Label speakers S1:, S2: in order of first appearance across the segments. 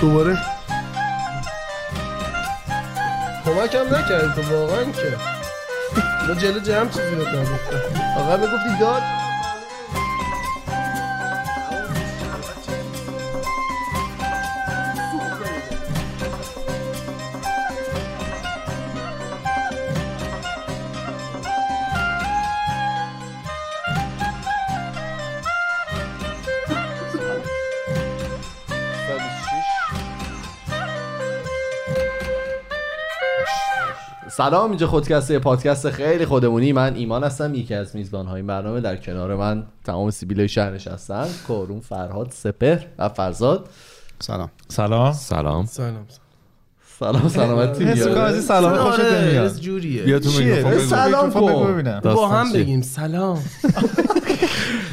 S1: دوباره
S2: کمکم نکردی تو واقعا که ما جلو جمع چیزی بهت نگفتم آقا میگفتی داد
S3: سلام اینجا خودکسته پادکست خیلی خودمونی من ایمان هستم یکی از میزبان های برنامه در کنار من تمام سیبیلای شهر نشستن کارون فرهاد سپر و فرزاد
S4: سلام
S5: سلام
S6: سلام
S2: سلام
S3: سلام سلامتی
S5: حس می‌کنم از این سلام خوشت نمیاد
S2: جوریه
S5: بیا تو
S3: چیه؟
S5: آره. میکروفون بگو.
S3: سلام
S5: میکروفون بگو
S3: کن.
S5: ببینم
S2: با
S5: داستان
S2: هم
S5: چیه؟
S2: بگیم سلام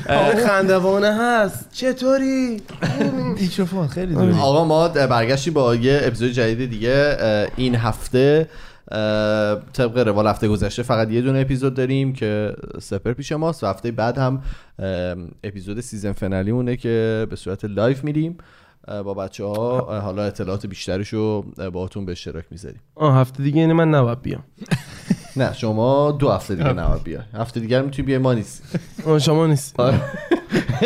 S2: آقا خندوانه هست چطوری
S5: میکروفون خیلی دوری
S3: آقا ما برگشتیم با یه اپیزود جدید دیگه اه، این هفته اه، طبق روال هفته گذشته فقط یه دونه اپیزود داریم که سپر پیش ماست و هفته بعد هم اه، اپیزود سیزن فنالی مونه که به صورت لایف میریم اه، با بچه ها حالا اطلاعات بیشترش رو باهاتون به اشتراک میذاریم
S2: آه هفته دیگه اینه من نباید بیام
S3: نه شما دو هفته دیگه نوار بیا هفته دیگه میتونی بیای ما نیست
S2: آه شما نیست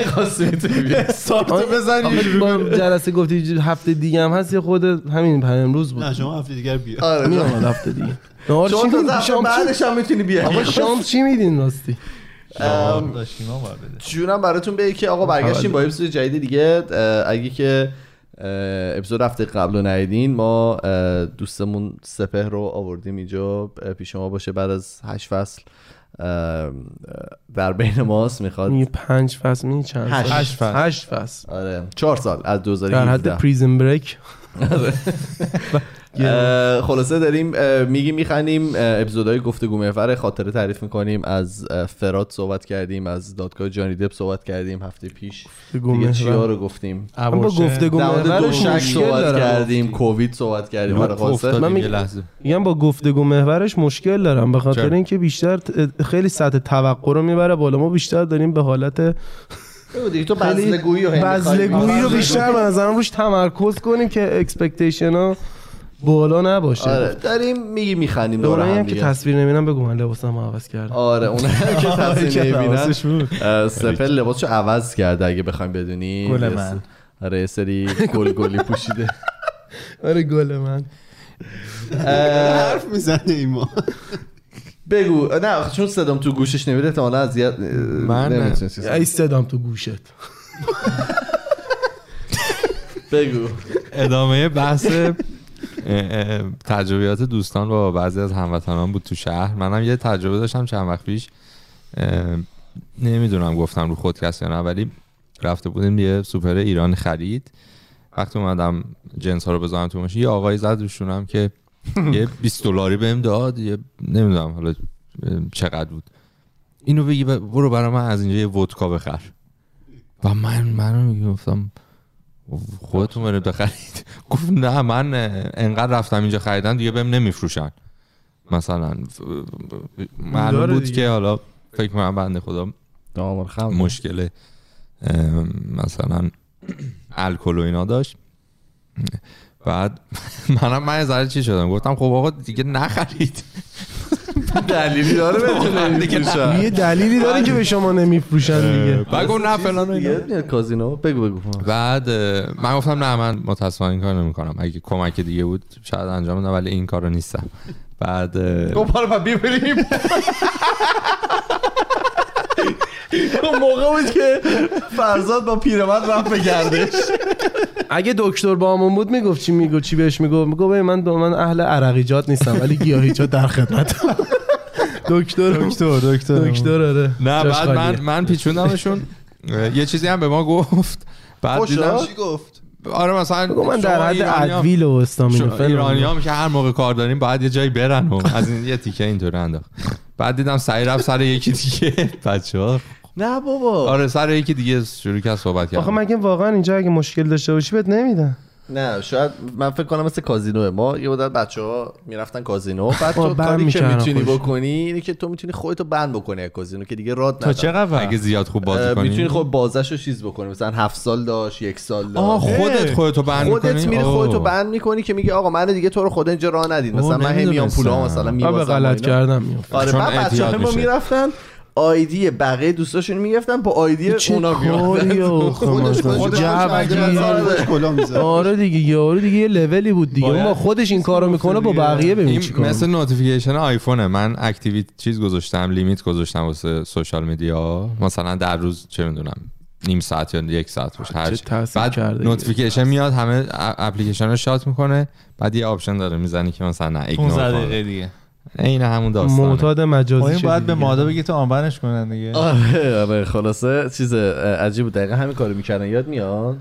S3: خواستی میتونی بیای
S2: آه، آخه با هم جلسه گفتی ج- هفته دیگه هم هست یه خود همین پر امروز بود
S4: نه شما هفته دیگر بیا
S3: آره
S2: میام حالا هفته دیگه نهار چی
S3: شما تا
S2: می‌دین؟
S3: هفته
S2: شام چی-
S3: بعدش هم میتونی بیای
S2: آقا شام چی میدین راستی
S3: ام، جونم براتون بگی که آقا برگشتیم
S2: آره.
S3: با اپیزود جدید دیگه اه، اگه که اه، اپیزود هفته قبل رو ندیدین ما اه، دوستمون سپه رو آوردیم اینجا اه، پیش ما باشه بعد از هشت فصل اه، اه، در بین ماست میخواد
S2: میگه پنج فصل می چند سال؟
S3: هشت.
S2: هشت فصل هشت فصل
S3: آره چهار سال از
S2: در
S3: 2017
S2: حد پریزن بریک
S3: آره. اه، خلاصه داریم اه، میگیم میخندیم اه، اپیزودهای گفتگو محور خاطره تعریف میکنیم از اه، فراد صحبت کردیم از دادگاه جانی دپ صحبت کردیم هفته پیش دیگه آره؟ چیا رو گفتیم
S2: من با گفتگو
S3: در مورد
S2: محورش
S3: دوشک
S2: مشکل
S3: صحبت
S2: دارم.
S3: کردیم کووید صحبت کردیم برای خاصه
S6: افتادیم
S2: من
S6: یه
S2: میگم-
S6: لحظه
S2: میگم با گفتگو محورش مشکل دارم به خاطر
S6: چرا؟
S2: اینکه بیشتر ت- خیلی سطح توقع رو میبره بالا ما بیشتر داریم به حالت
S3: دیگه تو
S2: خیلی
S3: بزلگویی رو هی می‌خوای.
S2: بزلگویی رو بیشتر به نظرم روش تمرکز کنیم که اکسپکتیشن ها بالا نباشه
S3: آره داریم میگیم میخندیم دور
S2: دورانی
S3: هم
S2: هم که
S3: دیگه
S2: تصویر نمیدم بگو من لباسم عوض کردم
S3: آره اون هم که تصویر نمیبینن
S5: حواسش بود.
S3: اه، سپر لباسشو عوض کرده اگه بخوایم بدونی
S5: گل
S3: یه س-
S5: من.
S3: آره یه سری گل گلی پوشیده
S2: آره گل من
S3: اه،
S4: حرف میزنه ایما
S3: بگو نه چون صدام تو گوشش نمیره احتمالا اذیت
S6: من نه.
S2: ای صدام تو گوشت
S3: بگو
S6: ادامه بحث اه، اه، تجربیات دوستان با بعضی از هموطنان بود تو شهر منم یه تجربه داشتم چند وقت پیش نمیدونم گفتم رو خودکست یا نه ولی رفته بودیم یه سوپر ایران خرید وقتی اومدم جنس ها رو بذارم تو ماشین یه آقایی زد روشونم که یه 20 دلاری بهم داد یه نمیدونم حالا اه، چقدر بود اینو بگی ب- برو برای من از اینجا یه ودکا بخر و من منو میگی گفتم خودتون برید بخرید گفت نه من انقدر رفتم اینجا خریدن دیگه بهم نمیفروشن مثلا ف- معلوم
S2: داره
S6: بود
S2: دیگه.
S6: که حالا فکر کنم بنده خدا
S3: دامار خم
S6: مشکل ام، مثلا الکل و اینا داشت بعد منم من یه ذره چی شدم گفتم خب آقا دیگه نخرید
S3: دلیلی داره بتونه آره.
S2: یه دلیلی داره که به شما نمیفروشن دیگه
S6: بعد گفت نه فلان و اینا.
S3: میاد کازینو بگو بگو
S6: بعد اه، من گفتم نه من متاسفانه این کار نمیکنم اگه کمک دیگه بود شاید انجام بدم ولی این کارو نیستم بعد اه،
S3: گفت برو ببریم اون موقع بود که فرزاد با پیرمرد رفت به گردش
S2: اگه دکتر با همون بود میگفت چی میگو چی بهش میگو میگو ببین من من اهل عرقیجات نیستم ولی گیاهیجات در خدمت دکتر
S5: دکتر دکتر
S2: دکتر آره
S6: نه
S2: جاش
S6: بعد
S2: خالیه.
S6: من من پیچوندمشون اه، یه چیزی هم به ما گفت بعد دیدم
S4: چی گفت
S6: آره مثلا
S2: بگو من
S6: شما
S2: در حد
S6: ایرانی‌ها-
S2: ادویل و
S6: شما
S2: استامینوفن
S6: ایرانی هم که هر موقع کار داریم باید یه جایی برن و از این یه تیکه اینطور انداخت بعد دیدم سعی رفت سر یکی دیگه بچه ها
S3: نه بابا
S6: آره سر یکی دیگه شروع کرد صحبت کرد
S2: آخه مگه واقعا اینجا اگه مشکل داشته باشی بهت نمیدن
S3: نه شاید من فکر کنم مثل کازینوه ما یه مدت بچه ها میرفتن کازینو
S6: خب،
S3: بعد
S2: آه،
S3: تو
S2: بند
S3: کاری که
S2: می‌کردن
S3: میتونی
S2: خودشون.
S3: بکنی اینه که تو میتونی خودتو بند بکنی از کازینو که دیگه راد
S5: تا
S3: نداره
S5: چه قبل
S6: اگه زیاد خوب
S3: اه،
S6: بازی کنی
S3: میتونی خب بازش رو چیز بکنی مثلا هفت سال داشت یک سال
S6: آه
S3: داشت
S6: خودت خودتو بند
S3: آره. خودت
S6: می‌کنی؟
S3: میری
S6: آه.
S3: خودتو بند میکنی که میگه آقا من دیگه تو رو خدا اینجا راه ندید
S6: اوه،
S3: مثلا من هی میام
S6: نمی‌دونستم.
S3: پولا مثلا
S2: من به
S3: میبازم
S2: غلط کردم میافت
S3: آره
S6: چون
S3: بعد بچه
S6: اعتیاد
S3: ما
S6: میشه.
S3: میرفتن آیدی بقیه دوستاشون میگفتن با آیدی اونا میرفتن
S4: خودش خودش
S2: خودش
S4: خودش کلا میزد
S2: آره دیگه یارو دیگه یه لولی بود دیگه اون با خودش این کارو میکنه با بقیه ببین
S6: این
S2: چیکار
S6: مثل
S2: می‌کنه.
S6: نوتیفیکیشن آیفونه من اکتیویت چیز گذاشتم لیمیت گذاشتم واسه سوشال میدیا مثلا در روز چه میدونم نیم ساعت یا یک ساعت باشه هر چی.
S2: تأثیر
S6: بعد
S2: کرده
S6: نوتیفیکیشن میاد همه اپلیکیشن رو شات میکنه بعد یه آپشن داره میزنی که مثلا نه ایگنور کن.
S5: دیگه
S6: عین همون داستانه
S2: معتاد مجازی
S5: این
S2: شدی
S5: باید به
S2: دیگه.
S5: ماده بگی تو آنبرش کنن دیگه
S3: آره آره خلاصه چیز عجیب بود دقیقا همین کارو میکردن یاد میاد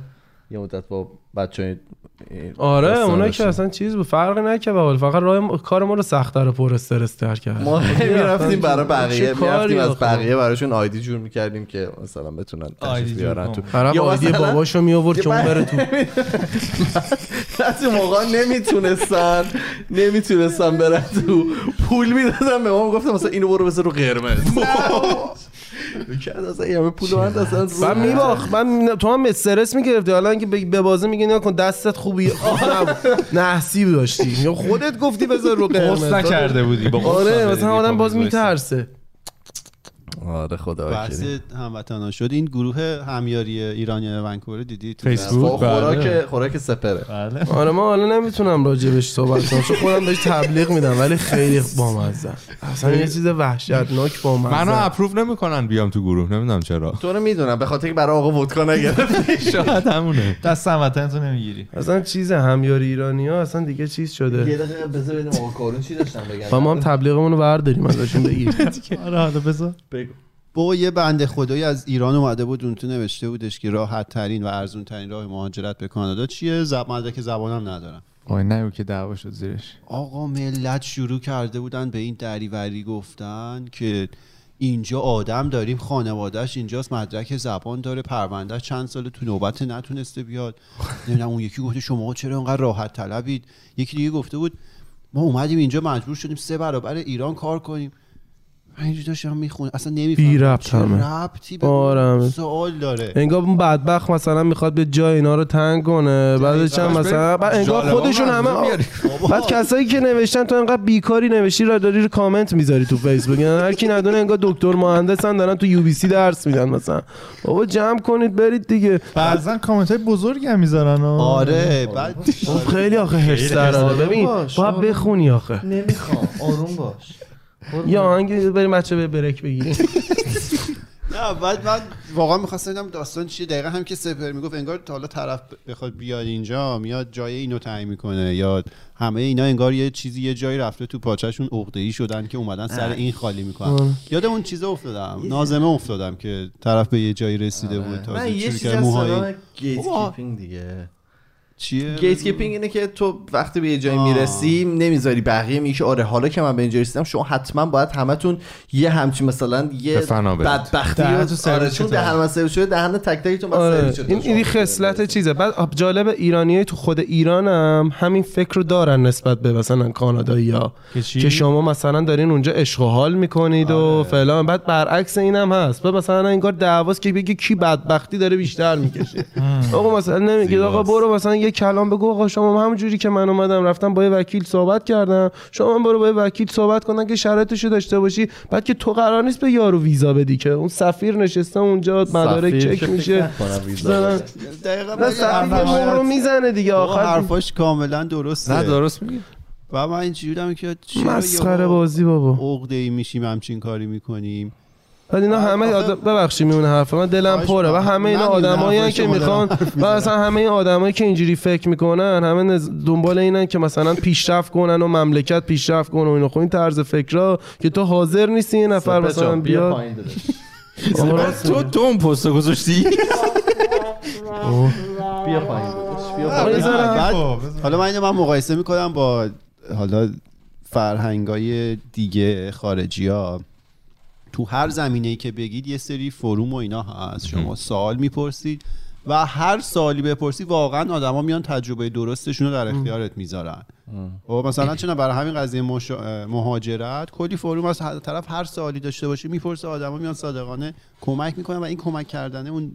S3: یه مدت با بچه
S2: آره اونا که اصلا چیز بود فرق نکرد به حال فقط راه ما- کار ما رو سخت‌تر و پر استرس‌تر کرد
S3: ما میرفتیم برای
S2: چه
S3: بقیه
S2: کاری
S3: میرفتیم از
S2: آخه؟
S3: بقیه براشون آیدی جور میکردیم که مثلا بتونن
S5: آیدی
S3: تشریف
S5: جور
S3: بیارن تو
S5: کن.
S2: طرف
S3: یا
S2: آیدی
S3: مثلا-
S2: باباشو می آورد که اون بره تو
S3: بعضی موقع نمیتونستن نمیتونستن برن تو پول میدادن به ما میگفتن مثلا اینو برو بذار رو قرمز کرد اصلا این همه پول من اصلا
S2: من میباخ من تو هم استرس میگرفتی حالا اینکه به به بازه میگی نکن دستت خوبی نحسی داشتی یا خودت گفتی بذار رو قرمز
S5: قصد نکرده بودی با قصد
S2: آره
S5: داری
S2: مثلا آدم
S5: دیگه
S2: باز
S5: پا می‌ذاشتی.
S2: میترسه
S3: آره خدا
S4: بحث
S3: وکیلی.
S4: هموطنا شد این گروه همیاری ایرانی ونکوور دیدی تو
S5: فیسبوک.
S3: با خب، خوراک
S5: بله.
S3: خوراک سپره
S5: بله
S2: آره من حالا نمیتونم راجبش صحبت کنم چون خودم بهش تبلیغ میدم ولی خیلی بامزه اصلا یه چیز وحشتناک بامزه
S6: منو اپروف نمیکنن بیام تو گروه نمیدونم چرا
S3: تو رو میدونم به خاطر که برای آقا ودکا نگرفتی
S6: شاید همونه
S5: دست هموطن تو نمیگیری
S2: اصلا چیز همیاری ایرانی ها اصلا دیگه چیز شده
S3: دقیقه بذار ببینم آقا کارون چی داشتن بگن
S2: و ما هم تبلیغمون رو برداریم ازشون بگیر
S5: آره حالا بذار
S3: بگو
S4: با یه بنده خدایی از ایران اومده بود اون تو نوشته بودش که راحت ترین و ارزون ترین راه مهاجرت به کانادا چیه زب مدرک زبانم ندارم
S5: وای نه که دعوا شد زیرش
S4: آقا ملت شروع کرده بودن به این دریوری گفتن که اینجا آدم داریم خانوادهش اینجاست مدرک زبان داره پرونده چند سال تو نوبت نتونسته بیاد نمیدونم اون یکی گفته شما چرا اینقدر راحت طلبید یکی دیگه گفته بود ما اومدیم اینجا مجبور شدیم سه برابر ایران کار کنیم من اینجا داشتم میخونم اصلا
S2: بی
S4: نمیفهمم
S2: ربط
S4: چه
S2: همه.
S4: ربطی به
S2: آره
S4: اون
S2: همه.
S4: سوال داره
S2: انگار اون بدبخت مثلا میخواد به جای اینا رو تنگ کنه بعدش هم مثلا بعد انگار
S6: جالبان
S2: خودشون
S6: رو از
S2: همه
S6: کجا میاری؟
S2: بعد کسایی که نوشتن تو انقدر بیکاری نوشتی را داری رو کامنت میذاری تو فیسبوک یعنی هر کی ندونه انگار دکتر مهندسن دارن تو یو بی سی درس میدن مثلا بابا جمع کنید برید دیگه
S5: بعضا کامنت های بزرگی هم میذارن
S4: آره بعد
S2: خب خیلی آخه هش سرانه ببین باید بخونی آخه
S3: نمیخوام آروم باش
S2: یا آهنگ بریم بچه به بریک بگیریم
S4: نه بعد من واقعا میخواستم ببینم داستان چیه دقیقا هم که سپر میگفت انگار تا حالا طرف بخواد بیاد اینجا میاد جای اینو تعیین میکنه یا همه اینا انگار یه چیزی یه جایی رفته تو پاچهشون عقده ای شدن که اومدن سر این خالی
S2: آره.
S4: میکنن یاد اون چیزا افتادم نازمه افتادم که طرف به یه جایی رسیده بود
S3: من
S4: تازه
S3: یه
S4: شروع
S3: چیز
S4: کرد
S3: از
S4: موهای
S3: سلام گیت کیپینگ دیگه
S4: چیه
S3: گیت کیپینگ اینه که تو وقتی به یه جایی
S4: آه.
S3: میرسی نمیذاری بقیه میگه که آره حالا که من به اینجا رسیدم شما حتما باید همتون یه همچین مثلا یه
S6: به فنا برید.
S3: بدبختی
S5: دهنتون
S3: رو-
S5: سرویس
S3: آره چون
S5: شده.
S3: دهن من سرویس شده دهن تک تکتون من
S2: آره
S3: سرویس شده.
S2: این
S3: شما
S2: این خصلت چیزه بعد آب- جالب ایرانی تو خود ایران هم همین فکر رو دارن نسبت به مثلا کانادایی ها
S5: که چی؟ آره.
S2: که شما مثلا دارین اونجا عشق و حال میکنید و فلان بعد برعکس اینم هست بعد مثلا انگار دعواست که بگی کی بدبختی داره بیشتر میکشه آقا مثلا نمیگید آقا برو مثلا یه کلام بگو آقا شما همون جوری که من اومدم رفتم با یه وکیل صحبت کردم شما هم برو با یه وکیل صحبت کنن که شرایطشو داشته باشی بعد که تو قرار نیست به یارو ویزا بدی که اون سفیر نشسته اونجا مدارک
S3: سفیر
S2: چک
S3: که فکر
S2: میشه
S3: نکنم ویزا
S2: زنن.
S3: باشه.
S4: دقیقاً
S2: نه
S4: من یه
S2: سر دیگه
S4: حرف-
S2: مهر رو میزنه دیگه
S4: آقا
S2: آخر
S4: حرفاش کاملا درسته
S6: نه درست میگی
S4: و من اینجوری بودم که چرا یهو
S2: مسخره بازی بابا
S4: عقده ای میشیم همچین کاری میکنیم
S2: بعد اینا همه
S4: آخه-
S2: آدم ببخشید میونه حرف من دلم
S4: خواهش
S2: پره و
S4: می‌کنم.
S2: همه اینا
S4: من می‌دونم
S2: آدمایی
S4: حرفای
S2: که
S4: شما دارم
S2: میخوان و اصلا همه این آدمایی که اینجوری فکر میکنن همه نز- دنبال اینن که مثلا پیشرفت کنن و مملکت پیشرفت کنن و اینو خب این طرز فکرا که تو حاضر نیستی یه نفر
S3: سپر
S2: مثلا
S3: جان، بیا
S2: بیاد
S3: پایین داداش.
S2: آقا راست میگه.
S6: تو اون پست گذاشتی
S3: بیا پایین داداش. بیا
S2: آقا
S3: پایین.
S2: یه ذره
S4: بعد-
S5: خب، بذار.
S4: حالا من اینو من مقایسه میکنم با حالا فرهنگای دیگه خارجی ها تو هر زمینه ای که بگید یه سری فروم و اینا هست شما سوال میپرسید و هر سالی بپرسی واقعا آدما میان تجربه درستشون رو در اختیارت میذارن و مثلا چرا برای همین قضیه مش- مهاجرت کلی فروم از هر طرف هر سوالی داشته باشی میپرسه آدما میان صادقانه کمک میکنن و این کمک کردن اون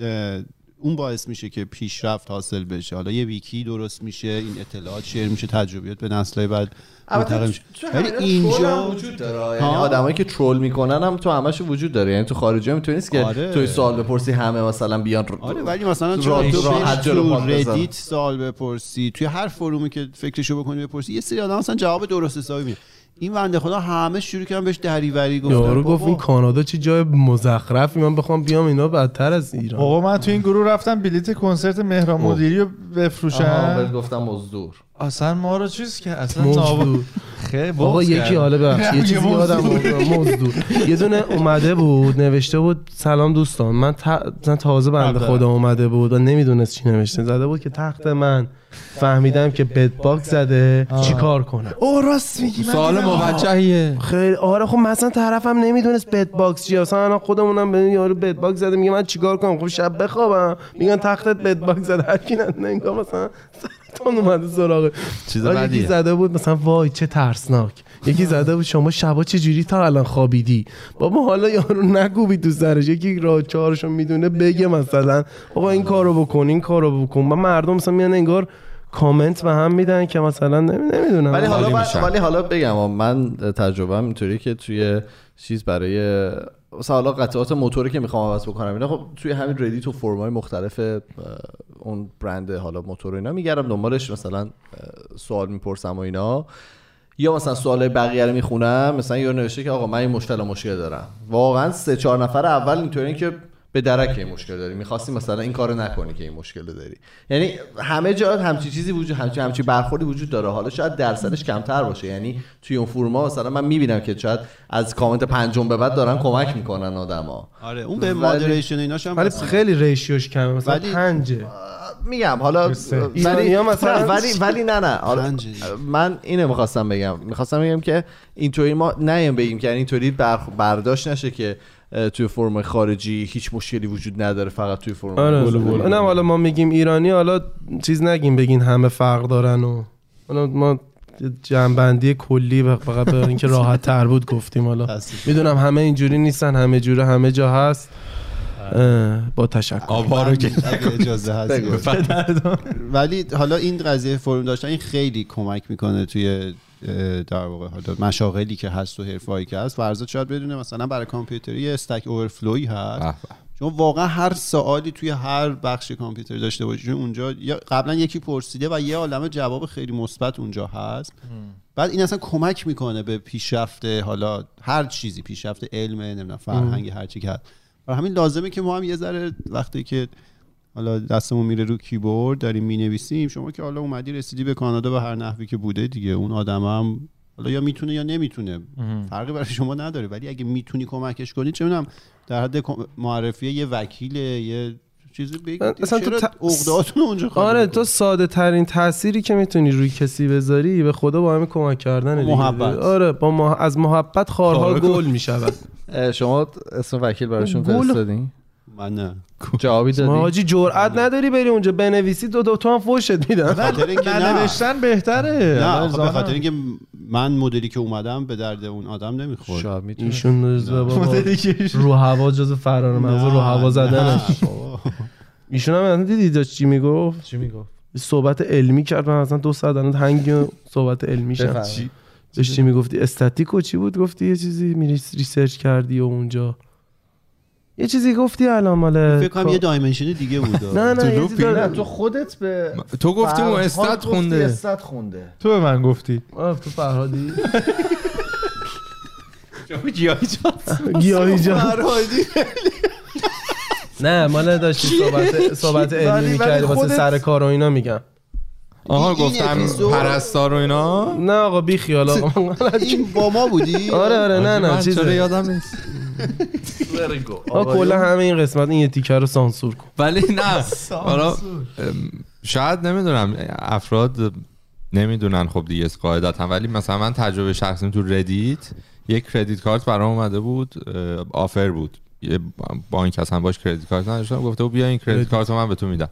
S4: اه، اون باعث میشه که پیشرفت حاصل بشه حالا یه ویکی درست میشه این اطلاعات شیر میشه تجربیات به نسل‌های بعد منتقل میشه آره. ولی اینجا
S3: وجود داره یعنی
S4: ها.
S3: آدمایی که ترول میکنن هم تو همش وجود داره یعنی تو خارجی هم میتونی نیست که
S4: آره.
S3: توی سوال بپرسی همه مثلا بیان رو-
S4: آره ولی مثلا
S3: تو
S4: چرا
S3: راه-
S4: تو
S3: راحت
S4: بری
S3: جلو
S4: تو
S3: پات بزن.
S4: ردیت سال بپرسی توی هر فرومی که فکرشو بکنی بپرسی یه سری آدم اصلا جواب درست حسابی میده این بنده خدا همه شروع کردن بهش دریوری گفتن
S2: یارو گفت
S4: بابا.
S2: این کانادا چه جای مزخرفی من بخوام بیام اینا بدتر از ایران
S5: آقا من تو این گروه رفتم بلیت کنسرت مهران
S3: اوه.
S5: مدیری رو
S3: آها، بهت
S5: بفروشم
S3: گفتم مزدور
S5: اصلا ما رو چیز که اصلا نابود
S2: مزدور
S5: خیلی بغض
S2: آقا یکی
S5: کردم.
S2: حالا ببخشید یه
S5: یه
S2: چیزی
S5: مزدور.
S2: یادم افتاد. مزدور یه دونه اومده بود نوشته بود سلام دوستان من ت- مثلا تازه بنده خدا اومده بود و نمیدونست چی نوشته زده بود که تخت من فهمیدم که بد باکس زده چیکار کنم او راست میگی من
S6: سوال
S2: دیدم.
S6: موجهیه
S2: خیلی آره خب مثلا طرفم نمیدونست بد باکس چیه مثلا الان خودمونم به این یارو بد باکس زده میگه من چیکار کنم خب شب بخوابم میگن تختت بد باکس زده هر کی نه نه، انگار مثلا سرطان اومده سراغ
S3: چیز
S2: یکی
S3: بدیه
S2: زده بود مثلا وای چه ترسناک یکی زده بود شما شبا چه جوری تا الان خوابیدی بابا حالا یارو نگوبی تو سرش یکی راه چهارشو میدونه بگه مثلا آقا این کارو بکن این کارو بکن و مردم مثلا میان انگار کامنت به هم میدن که مثلا نمی- نمیدونم
S3: ولی حالا
S6: عالی
S3: من-
S6: میشن.
S3: ولی حالا بگم من تجربه اینطوری که توی چیز برای مثلا حالا قطعات موتوری که میخوام عوض بکنم اینا خب توی همین ردیت و فرمای مختلف اه، اون برند حالا موتور و اینا میگردم دنبالش مثلا اه، سوال میپرسم و اینا یا مثلا سوال بقیه رو میخونم مثلا یا نوشته که آقا من این مشکل و مشکل دارم واقعا سه چهار نفر اول اینطوری که به درک این مشکل داری میخواستی مثلا این کارو نکنی که این مشکل رو داری یعنی همه جا همچی چیزی وجود همچی همچی برخوردی وجود داره حالا شاید درصدش کمتر باشه یعنی توی اون فرما مثلا من میبینم که شاید از کامنت پنجم به بعد دارن کمک میکنن آدما
S4: آره اون به
S3: ولی-
S4: مادریشن ایناش هم
S2: ولی
S4: رسید.
S2: خیلی ریشیوش کمه مثلا
S4: ولی-
S2: پنجه
S3: میگم حالا ولی
S2: ایرانی‌ها مثلا-
S3: نه، ولی ولی نه نه حالا
S4: رنج.
S3: من اینو میخواستم بگم میخواستم بگم که اینطوری ما نیم بگیم که یعنی اینطوری بر- برداشت نشه که اه، توی فرم خارجی هیچ مشکلی وجود نداره فقط توی فرم
S2: آره
S3: گل و بلبل.
S2: نه حالا ما میگیم ایرانی حالا چیز نگیم بگین همه فرق دارن و حالا ما جنبندی کلی و فقط به اینکه راحت تر بود گفتیم حالا میدونم همه اینجوری نیستن همه جوره همه جا هست اه، با تشکر
S6: آبا رو که
S4: اگه اجازه هست
S3: بگو.
S4: ولی حالا این قضیه فروم داشتن این خیلی کمک میکنه توی اه، در واقع حالا مشاغلی که هست و حرفه‌ای که هست فرضا شاید بدونه مثلا برای کامپیوتری یه استک اورفلوی هست
S6: به
S4: شما واقعا هر سوالی توی هر بخش کامپیوتر داشته باشید چون اونجا یا قبلا یکی پرسیده و یه عالمه جواب خیلی مثبت اونجا هست بعد این اصلا کمک میکنه به پیشرفت حالا هر چیزی پیشرفت علم نمیدونم فرهنگ هر چی که هست برای همین لازمه که ما هم یه ذره وقتی که حالا دستمون میره رو کیبورد داریم مینویسیم شما که حالا اومدی رسیدی به کانادا به هر نحوی که بوده دیگه اون آدم هم حالا یا میتونه یا نمیتونه فرقی برای شما نداره ولی اگه میتونی کمکش کنی چه میدونم در حد کم- معرفی یه وکیل یه چیزی بگید
S2: اصلا
S4: اصلا
S2: تو
S4: تو
S2: ت-
S4: عقده‌هاتون رو اونجا خالی
S2: آره
S4: می‌کنی.
S2: تو ساده ترین تأثیری که میتونی روی کسی بذاری به خدا با همین کمک کردن دیگه.
S4: محبت.
S2: آره با مح- از محبت خارها
S6: خارها
S2: گل میشود
S3: اه، شما اسم وکیل براشون
S2: گل.
S3: فرستادین
S4: من نه
S3: جوابی
S2: ما
S3: دادی
S2: حاجی جرئت نداری بری اونجا بنویسی دو دو تو هم فوشت میدن
S4: خاطر اینکه نه
S5: ننوشتن بهتره
S4: نه
S5: حالا
S4: آخه به
S5: زانم.
S4: خاطر اینکه من مدلی که اومدم به درد اون آدم نمیخورد
S3: شاید میتونی
S2: ایشون روز به بابا
S5: مدلی که-
S2: رو هوا جز فرار مغز رو هوا زدن ایشون هم اصلا دیدی داشت چی میگفت
S3: چی میگفت
S2: صحبت علمی کرد من اصلا دو ساعت الان هنگ صحبت علمی شد
S3: چی؟
S2: داشت چی میگفتی استاتیک و چی بود گفتی یه چیزی میری ریسرچ کردی و اونجا یه چیزی گفتی الان مال
S4: فکر کنم یه دایمنشن دیگه بود
S2: خب. نه نه یه چیزی
S3: نه
S2: داره.
S3: تو خودت به
S6: تو گفتی اون استاد خونده
S3: استاد خونده
S5: تو به من گفتی
S2: آه، تو فرهادی گیاهی جان نه مال داشتی صحبت صحبت علمی میکردی واسه سر کار و اینا میگم
S6: آها
S4: این
S6: گفتم
S4: اپیزود-
S6: پرستار و اینا
S2: نه آقا بی خیال آقا من غلط
S4: این با ما بودی
S2: آره آره نه نه
S6: من چرا
S2: چیزه
S6: یادم نیست
S2: آقا کلا همه این قسمت این یه تیکه رو سانسور کن
S6: ولی نه حالا ام، شاید نمیدونم افراد نمیدونن خب دیگه از قاعدت هم ولی مثلا من تجربه شخصیم تو ردیت یک کردیت کارت برام اومده بود اه، آفر بود یه بانک اصلا باش کردیت کارت نداشتم گفته بود بیا این کردیت کارت رو من به تو میدم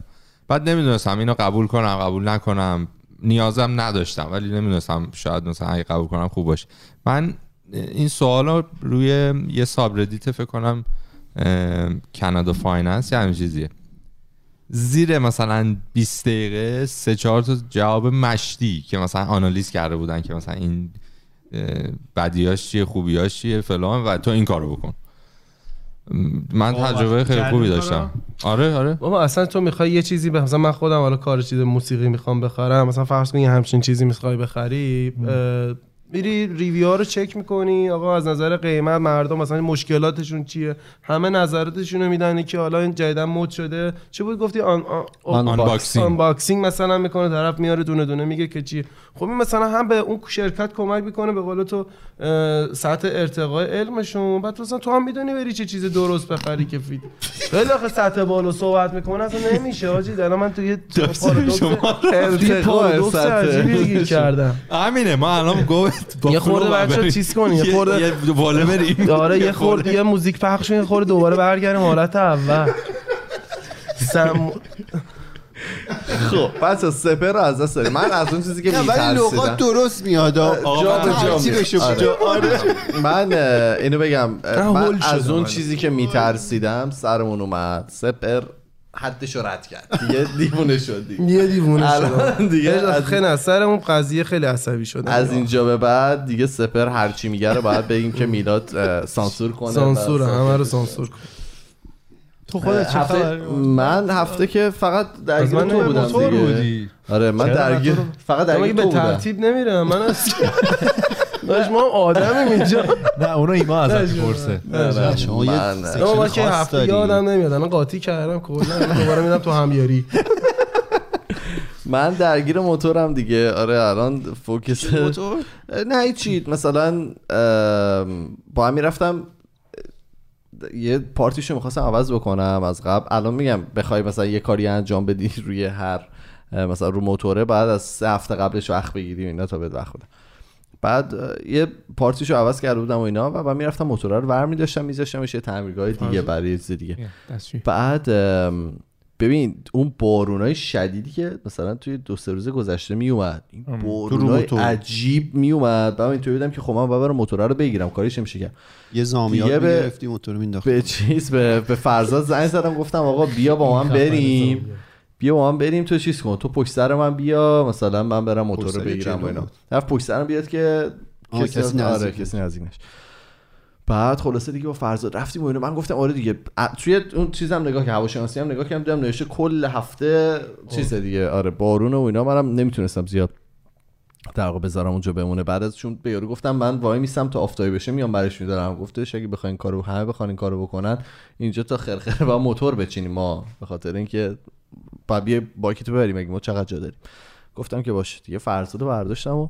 S6: بعد نمیدونستم اینو قبول کنم قبول نکنم نیازم نداشتم ولی نمیدونستم شاید مثلا اگه قبول کنم خوب باشه من این سوالا روی یه سابردیت فکر کنم کانادا فایننس یا همین چیزیه زیر مثلا 20 دقیقه سه چهار تا جواب مشتی که مثلا آنالیز کرده بودن که مثلا این اه، بدیاش چیه خوبیاش چیه فلان و تو این کارو بکن من
S5: آه،
S6: تجربه
S5: وقتی
S6: خیلی
S5: کردی
S6: خوبی
S5: این
S6: داشتم آره آره
S2: بابا اصلا تو میخوای یه چیزی به مثلا من خودم حالا کار چیز موسیقی میخوام بخرم مثلا فرض کن یه همچین چیزی میخوای بخری اه، میری ریویو ها رو چک میکنی آقا از نظر قیمت مردم مثلا مشکلاتشون چیه همه نظراتشون رو میدن که حالا این جدیدا مد شده چه بود گفتی آن آن
S3: آن-
S6: آنباکسینگ.
S2: آنباکسینگ مثلا میکنه طرف میاره دونه دونه میگه که چی خب این مثلا هم به اون شرکت کمک میکنه به قول تو اه، سطح ارتقای علمشون بعد مثلا تو هم میدونی بری چه چیز درست بخری که فید خیلی آخه سطح بالا صحبت میکنه اصلا نمیشه آجی الان من تو یه پارادوکس
S3: پارادوکس
S2: ارتقای
S3: سطح.
S2: عجیبی دیگه کردم
S6: همینه ما الان گفت با
S2: یه خورده
S6: کلوب
S2: بچه
S6: بریم.
S2: چیز کنی، یه خورده-
S6: یه بالا بریم
S2: آره یه خورد یه موزیک پخش کنی، یه خورد دوباره برگردیم حالت اول سم...
S3: خب پس از سپر رو از دست داریم. من از اون چیزی که
S4: نه ولی لغات
S3: میترسیدم
S4: درست میاد آقا
S3: جا به جا
S4: ترتیبش
S3: میاد.
S4: رو
S3: آره.
S4: بجا- آره.
S3: من اه، اینو بگم اه،
S2: نه، هول
S3: من
S2: شدم
S3: از اون
S2: الان.
S3: چیزی که میترسیدم سرمون اومد سپر حدش رو رد کرد دیگه دیوونه شد دیگه
S2: یه دیوونه شدم
S3: الان دیگه
S2: یه
S3: از-
S2: خیلی از سرمون قضیه خیلی عصبی شده
S3: از اینجا به بعد دیگه سپر هرچی میگه رو باید بگیم که میلاد اه، سانسور کنه و
S2: سانسور همه رو سانسور کن
S5: تو خودت چه
S3: هفته
S5: خبری بود؟
S3: من هفته که فقط
S2: پس
S3: درگیر
S2: من
S3: تو
S2: نمی‌دونم
S3: بودم
S5: موتور
S3: دیگه
S5: بودی.
S3: آره من
S5: چرا
S3: درگیر
S5: موتور
S3: فقط
S2: اما
S3: درگیر
S2: به
S3: تو بودم
S2: ترتیب نمیرم من از داش ما هم آدمیم اینجا
S5: نه اونو ایما ازت میپرسه
S4: نه، شما یه
S3: من-
S4: سکشن
S2: اما من که
S4: خاص
S2: هفته
S4: داری.
S2: یادم نمیاد الان قاطی کردم کلا الان دوباره میرم تو همیاری
S3: من درگیر موتورم دیگه آره الان فوکس
S4: موتور
S3: نه هیچی مثلا ام، با هم میرفتم یه پارتیشو میخواستم عوض بکنم از قبل الان میگم بخوای مثلا یه کاری انجام بدی روی هر اه، مثلا رو موتوره بعد از سه هفته قبلش وقت بگیری و اینا تا بهت وقت بدم. بعد اه، یه پارتیشو عوض کرده بودم و اینا و بعد میرفتم موتوره رو ور داشتم میذاشتمش یه تعمیرگاه دیگه برای یه چیز
S5: یعنی
S3: دیگه بعد ام، ببین اون بارونای شدیدی که مثلا توی دو سه روز گذشته میومد این بارونای
S4: موتور.
S3: عجیب میومد من اینطوری بودم که خب من باید برم موتور رو بگیرم کاریش نمیشه کرد
S4: یه
S3: دیگه
S4: زامیات
S3: به-
S4: میگرفتی موتور رو مینداختی
S3: به چیز به, به فرزاد زنگ زدم گفتم آقا بیا با من بریم بیا با من بریم تو چیز کن تو پشت سر من بیا مثلا من برم موتور رو
S4: سر
S3: بگیرم
S4: جلو
S3: و اینا
S4: بود.
S3: طرف پشت سرم بیاد که
S4: آه، کسی
S3: آره،
S4: نزدیک
S3: کسی نزدیک نشه بعد خلاصه دیگه با فرزاد رفتیم و اینا من گفتم آره دیگه ا- توی اون چیزم نگاه که هواشناسی هم نگاه کردم دیدم نوشته کل هفته چیز دیگه آره بارون و اینا منم نمیتونستم زیاد در واقع بذارم اونجا بمونه بعد از چون به یارو گفتم من وای میسم تا آفتابی بشه میام برش میدارم گفتش اگه بخواین کارو همه بخواین این کارو بکنن اینجا تا خرخره و موتور بچینیم ما به خاطر اینکه بعد بیا باکی تو ببریم اگه ما چقدر جا داریم گفتم که باشه دیگه فرزاد رو برداشتم و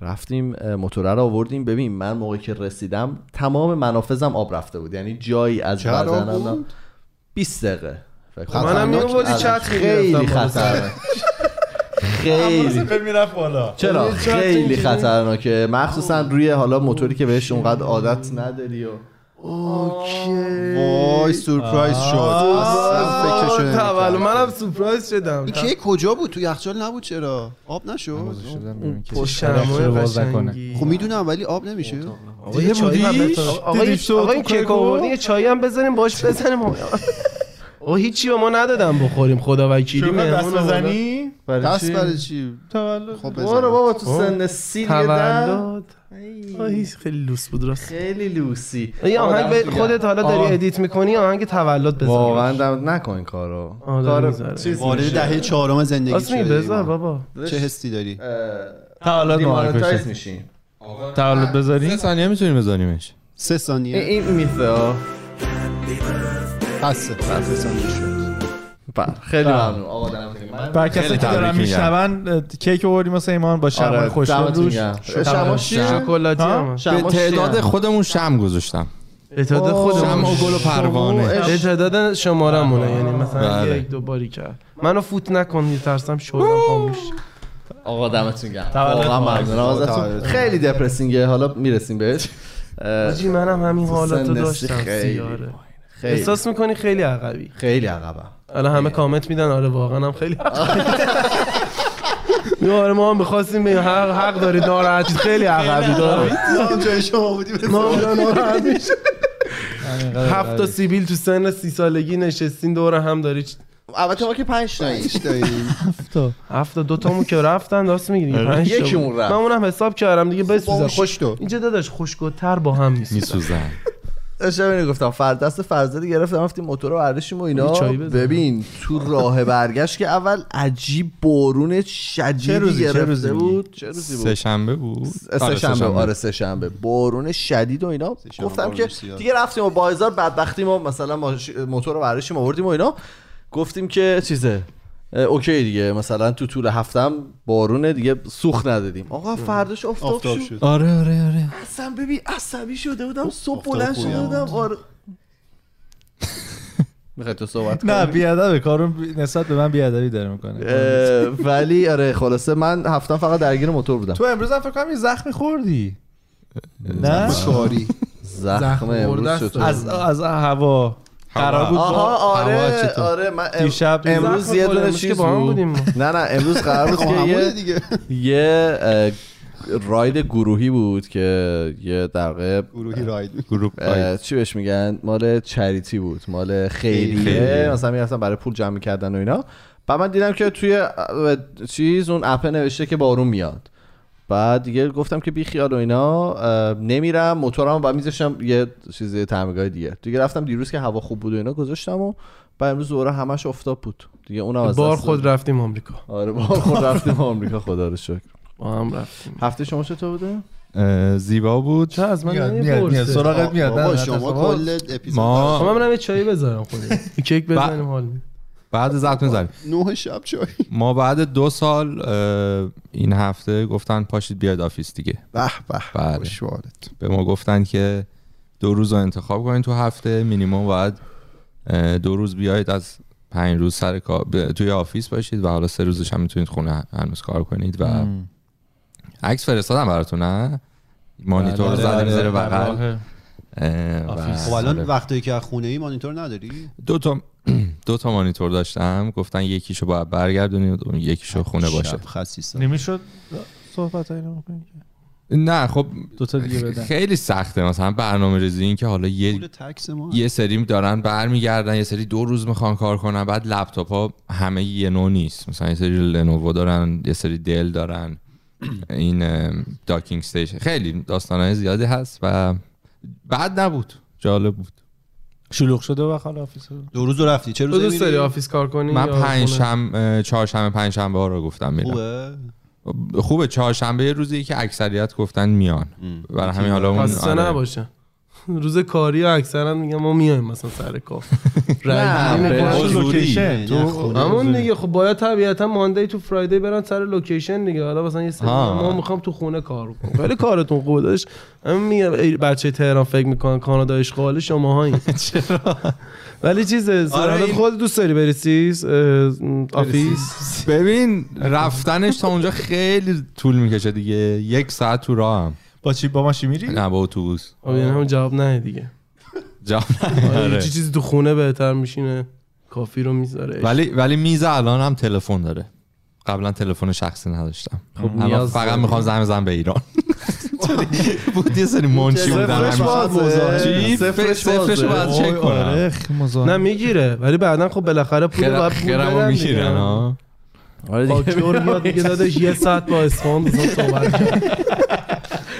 S3: رفتیم اه، موتوره رو آوردیم ببین من موقعی که رسیدم تمام منافذم آب رفته بود یعنی جایی از
S4: چقدر آب
S3: بدنم
S4: بود؟
S3: 20 دقیقه فکر کنم. آره.
S2: منم
S4: خطرناک.
S2: میومدی چت
S3: خیلی
S2: می‌گرفتم.
S3: خطرناک خیلی
S5: میرفت بالا
S3: چرا
S2: یه چند
S3: خیلی
S2: اینجوری.
S3: خطرناکه مخصوصا روی حالا موتوری که بهش اونقدر عادت نداری و
S4: وای سورپرایز شد اصلا فکرشو
S2: آه، تولد.
S4: نمی‌کردم.
S2: منم سورپرایز شدم
S4: این کیک کجا بود تو یخچال نبود چرا آب نشد
S2: پشت
S5: شلوار
S2: شمع
S5: باز نکنه.
S2: خب، قشنگی.
S4: خب میدونم ولی آب نمیشه
S2: آقا یه چایی
S5: بودیش؟
S2: هم بهتر. آقا
S5: دیدی
S2: یه-
S5: تو
S2: آقا
S5: تو
S2: این کیک
S5: کیکو؟
S2: آوردی یه چایی هم بزنیم باش بزنیم او هیچی به ما ندادم بخوریم خدا وکیلی
S5: شما دست
S2: مهمون آوردن.
S5: بزنی
S4: دست برای چی
S5: تولد
S4: خب
S3: برو
S4: بزن
S3: بابا تو سن سیل یه دم.
S2: تولد آهی خیلی لوس بود راست
S3: خیلی لوسی
S2: یه آهنگ به خودت حالا
S3: آه.
S2: داری ادیت میکنی آهنگ تولد بزن
S3: واقعا دم نکن این کارو
S2: آره،
S3: کار
S2: می‌ذاره.
S3: چیز
S4: وارد
S3: میشه.
S4: دهه چهارم زندگی
S2: راست میگی بذار بابا
S4: چه حسی داری
S3: اه،
S5: تولد معرفی
S3: دیمونتایز
S5: شد.
S3: میشیم
S5: تولد
S6: سه
S5: بذاری
S6: ثانیه میتونیم بزنیمش
S4: سه
S3: این-
S4: ثانیه
S3: این میثه ها.
S4: بسه سه ثانیه شد
S3: بله، خیلی ممنون آقا دمتون گرم. من-
S5: بر
S2: خب،
S5: کسی
S6: خیلی
S5: که دارن
S6: تبریک میگم.
S5: میشنون اه، کیک آوردیم واسه ایمان با شمع
S3: آره،
S5: خوشگل
S3: دمتون
S5: روش
S3: گرم.
S5: شمع
S3: شمع
S5: ش-
S3: شیر.
S2: شکلاتی
S5: ها؟
S2: هم هست.
S3: شمع
S6: به تعداد
S3: شیر.
S6: خودمون شم گذاشتم
S2: به تعداد
S6: شم و
S2: خودمون
S6: گل و پروانه
S2: به تعداد شماره مونه یعنی مثلا
S6: بله.
S2: یک دو باری کرد منو فوت نکن میترسم شدم خاموش
S3: آقا دمتون گرم
S5: تولد
S3: واقعا
S5: مبارک.
S3: ممنونم ازتون خیلی دپرسینگه حالا میرسیم بهش اه،
S2: آجی منم همین
S3: تو
S2: حالتو
S3: سن
S2: داشتم
S3: خیلی
S2: سیاره
S3: پایینه. خیلی
S2: احساس میکنی خیلی عقبی
S3: خیلی عقبم
S2: الان همه کامنت میدن آره واقعا هم خیلی عقبی آره ما هم بخواستیم بگیم حق, حق داری ناراحت شید. خیلی عقبی داره
S4: جای شما بودیم
S2: ما هم ناراحت می‌شیم. هفت تا سیبیل تو سن سی سالگی نشستین دور هم داری چ-
S3: البته ما که پنج تاییم
S2: هفت تا دو تامون که رفتن راست میگیری پنج تا بود.
S3: یکیمون رفت.
S2: من اونم حساب کردم دیگه بسوزن
S3: خوش تو
S2: اینجا داداش خوشگل‌تر با هم نیست
S6: میسوزن
S3: داشتم اینو گفتم فر دست فرزادی گرفتم رفتیم موتور رو برداشتیم و اینا
S2: یه چایی بزن.
S3: ببین تو راه برگشت که اول عجیب بارون
S5: چه
S3: شدیدی
S5: روزی- چه روزی
S3: گرفته
S5: میگی؟
S3: بود چه روزی بود
S6: سه شنبه بود
S3: سه شنبه
S6: سه‌شنبه.
S3: آره سه شنبه بارون شدید و اینا
S4: سه‌شنبه
S3: گفتم
S4: بارون
S3: که
S4: زیاد.
S3: دیگه رفتیم و با هزار بدبختی ما مثلا ماش- موتور رو برداشتیم آوردیم و اینا گفتیم که چیزه اه، اوکی دیگه مثلا تو طول هفتم بارونه دیگه سوخت ندادیم آقا فرداش آفتاب
S4: آفتاب
S3: شد
S4: شد
S6: آره آره آره
S3: اصلا ببین عصبی شده بودم صبح
S4: آفتاب
S3: بلند شده
S4: خوبی
S3: بودم آره میخوای تو صحبت کنی؟
S5: نه بیادبه کارون نسبت به من بیادبی داره میکنه
S3: اه، ولی آره خلاصه من هفتم فقط درگیر موتور بودم
S5: تو امروز هم فکر کنم یه زخمی خوردی نه
S4: کاری
S3: زخم امروز
S2: خورده
S3: چطور
S2: است.
S5: از از هوا قرار بود
S3: آها
S5: با هوا
S3: آره
S5: چطور؟
S3: آره من ام-
S5: دیشب
S3: امروز
S2: زخم
S3: یه
S2: خودمون
S3: دونه
S2: که
S3: چیز
S2: با هم
S3: بود.
S2: بودیم ما.
S3: نه نه امروز قرار بود که یه
S4: خب، دیگه
S3: یه اه، راید گروهی بود که یه در واقع
S4: گروهی راید
S6: گروپ
S3: اه، چی بهش میگن مال چریتی بود مال خیریه
S6: خیریه.
S3: مثلا میرفتن برای پول جمع کردن و اینا بعد من دیدم که توی اه، چیز اون اپه نوشته که بارون میاد بعد دیگه گفتم که بی خیال و اینا اه، نمیرم موتورم و میذاشتم یه چیز تعمیرگاه دیگه دیگه رفتم دیروز که هوا خوب بود و اینا گذاشتم و بعد امروز دوباره همش افتاب بود دیگه اونم از
S2: بار
S3: دست
S2: خود
S3: دادم.
S2: رفتیم آمریکا
S3: آره بار خود رفتیم آمریکا خدا رو شکر
S2: با هم رفتیم
S3: هفته شما چطور بوده
S6: اه، زیبا بود
S2: چه از من
S5: میاد میاد میاد
S2: نمیپرسه
S5: سراغت میاد نه،
S4: بابا
S5: نه،
S4: شما
S5: تصور.
S4: کل اپیزود
S6: ما-
S2: خب من برم یه چایی بذارم خودم یه کیک بزنیم حال می‌ده.
S6: بعد زد میزنیم
S4: نه شب چای
S6: ما بعد دو سال اه، این هفته گفتن پاشید بیاد آفیس دیگه
S4: به به
S6: بله.
S4: خوشوالت
S6: به ما گفتن که دو روز رو انتخاب کنید تو هفته مینیموم باید اه، دو روز بیاید از پنج روز سر کار ب- توی آفیس باشید و حالا سه روزش هم میتونید خونه هنوز کار کنید و
S5: مم.
S6: عکس فرستادم براتون نه مانیتور
S5: بله،
S6: زدیم
S5: بله،
S6: زیر
S5: بله.
S6: بغل
S5: آفیس.
S6: اه،
S4: خب
S6: و
S4: الان وقتی که از خونه ای مانیتور نداری
S6: دو تا دو تا مانیتور داشتم گفتن یکیشو باید برگردونید اون یکیشو خونه باشه
S4: شب خسیسا
S5: نمیشد صحبت هایی نمیکنی
S6: نه خب
S5: دوتا دیگه بدن
S6: خیلی سخته مثلا برنامه ریزی این که حالا یه
S4: پول تکس ما
S6: یه سری دارن برمیگردن یه سری دو روز میخوان کار کنن بعد لپتاپ ها همه یه نوع نیست مثلا یه سری لنوو دارن یه سری دل دارن این ام، داکینگ استیشن خیلی داستان زیادی هست و بعد نبود جالب بود
S5: شلوغ شده و خاله آفیس رو.
S4: دو روز رو رفتی چه
S2: تو
S4: روز
S2: دوست داری آفیس کار کنی
S6: من
S2: یا خونه؟
S6: پنج شنبه چهارشنبه پنج شنبه ها رو گفتم میرم
S4: خوبه
S6: خوبه چهارشنبه یه روزی که اکثریت گفتن میان برای همین حالا اون آره.
S2: خسته نباشه روز کاری ها اکثرا میگم ما میایم مثلا سر کار رای
S3: نه،
S2: گیری می‌کنن.
S5: تو
S6: حضوری.
S5: لوکیشن
S4: خب، نه،
S5: تو
S4: خونه.
S2: همون دیگه خب باید طبیعتا ماندی تو فرایدی برن سر لوکیشن دیگه حالا مثلا یه سری
S6: ها.
S2: ما میخوام تو خونه کار کنم ولی کارتون خوبه داشت همین میگم ای بچه تهران فکر میکنن کانادا اشغال شما هایی ولی چیز
S6: آره، این-
S2: خود دوست داری بری سیس آفیس
S6: ببین رفتنش تا اونجا خیلی طول میکشه دیگه یک ساعت تو راه هم
S5: با چی با ماشین میری
S6: نه با اتوبوس
S2: آه، یعنی همون جواب نه دیگه
S6: جام
S2: آره،
S6: آره.
S2: یه چیزی تو خونه بهتر میشینه کافی رو میذاره
S6: ولی ولی میز الان هم تلفن داره قبلا تلفن شخصی نداشتم
S2: خب
S6: الان
S2: نیاز
S6: فقط
S2: داری.
S6: میخوام زنگ بزنم به ایران بود یه سری منشی
S3: سفرش
S6: بودن همیشه. چی؟
S3: بازه
S6: صفر-
S3: سفرش
S6: صفرش
S3: بازه
S6: باید چک
S5: آره،
S6: کنم
S2: نه میگیره ولی بعدا خب بالاخره پول
S6: خیرم-
S2: باید پول
S6: خیرم رو
S2: بدن
S6: میگیرن
S2: دیگه.
S6: ها
S3: آره دیگه.
S2: آکتور میاد دیگه دادش یه ساعت با اسفان بزن صحبت کرد.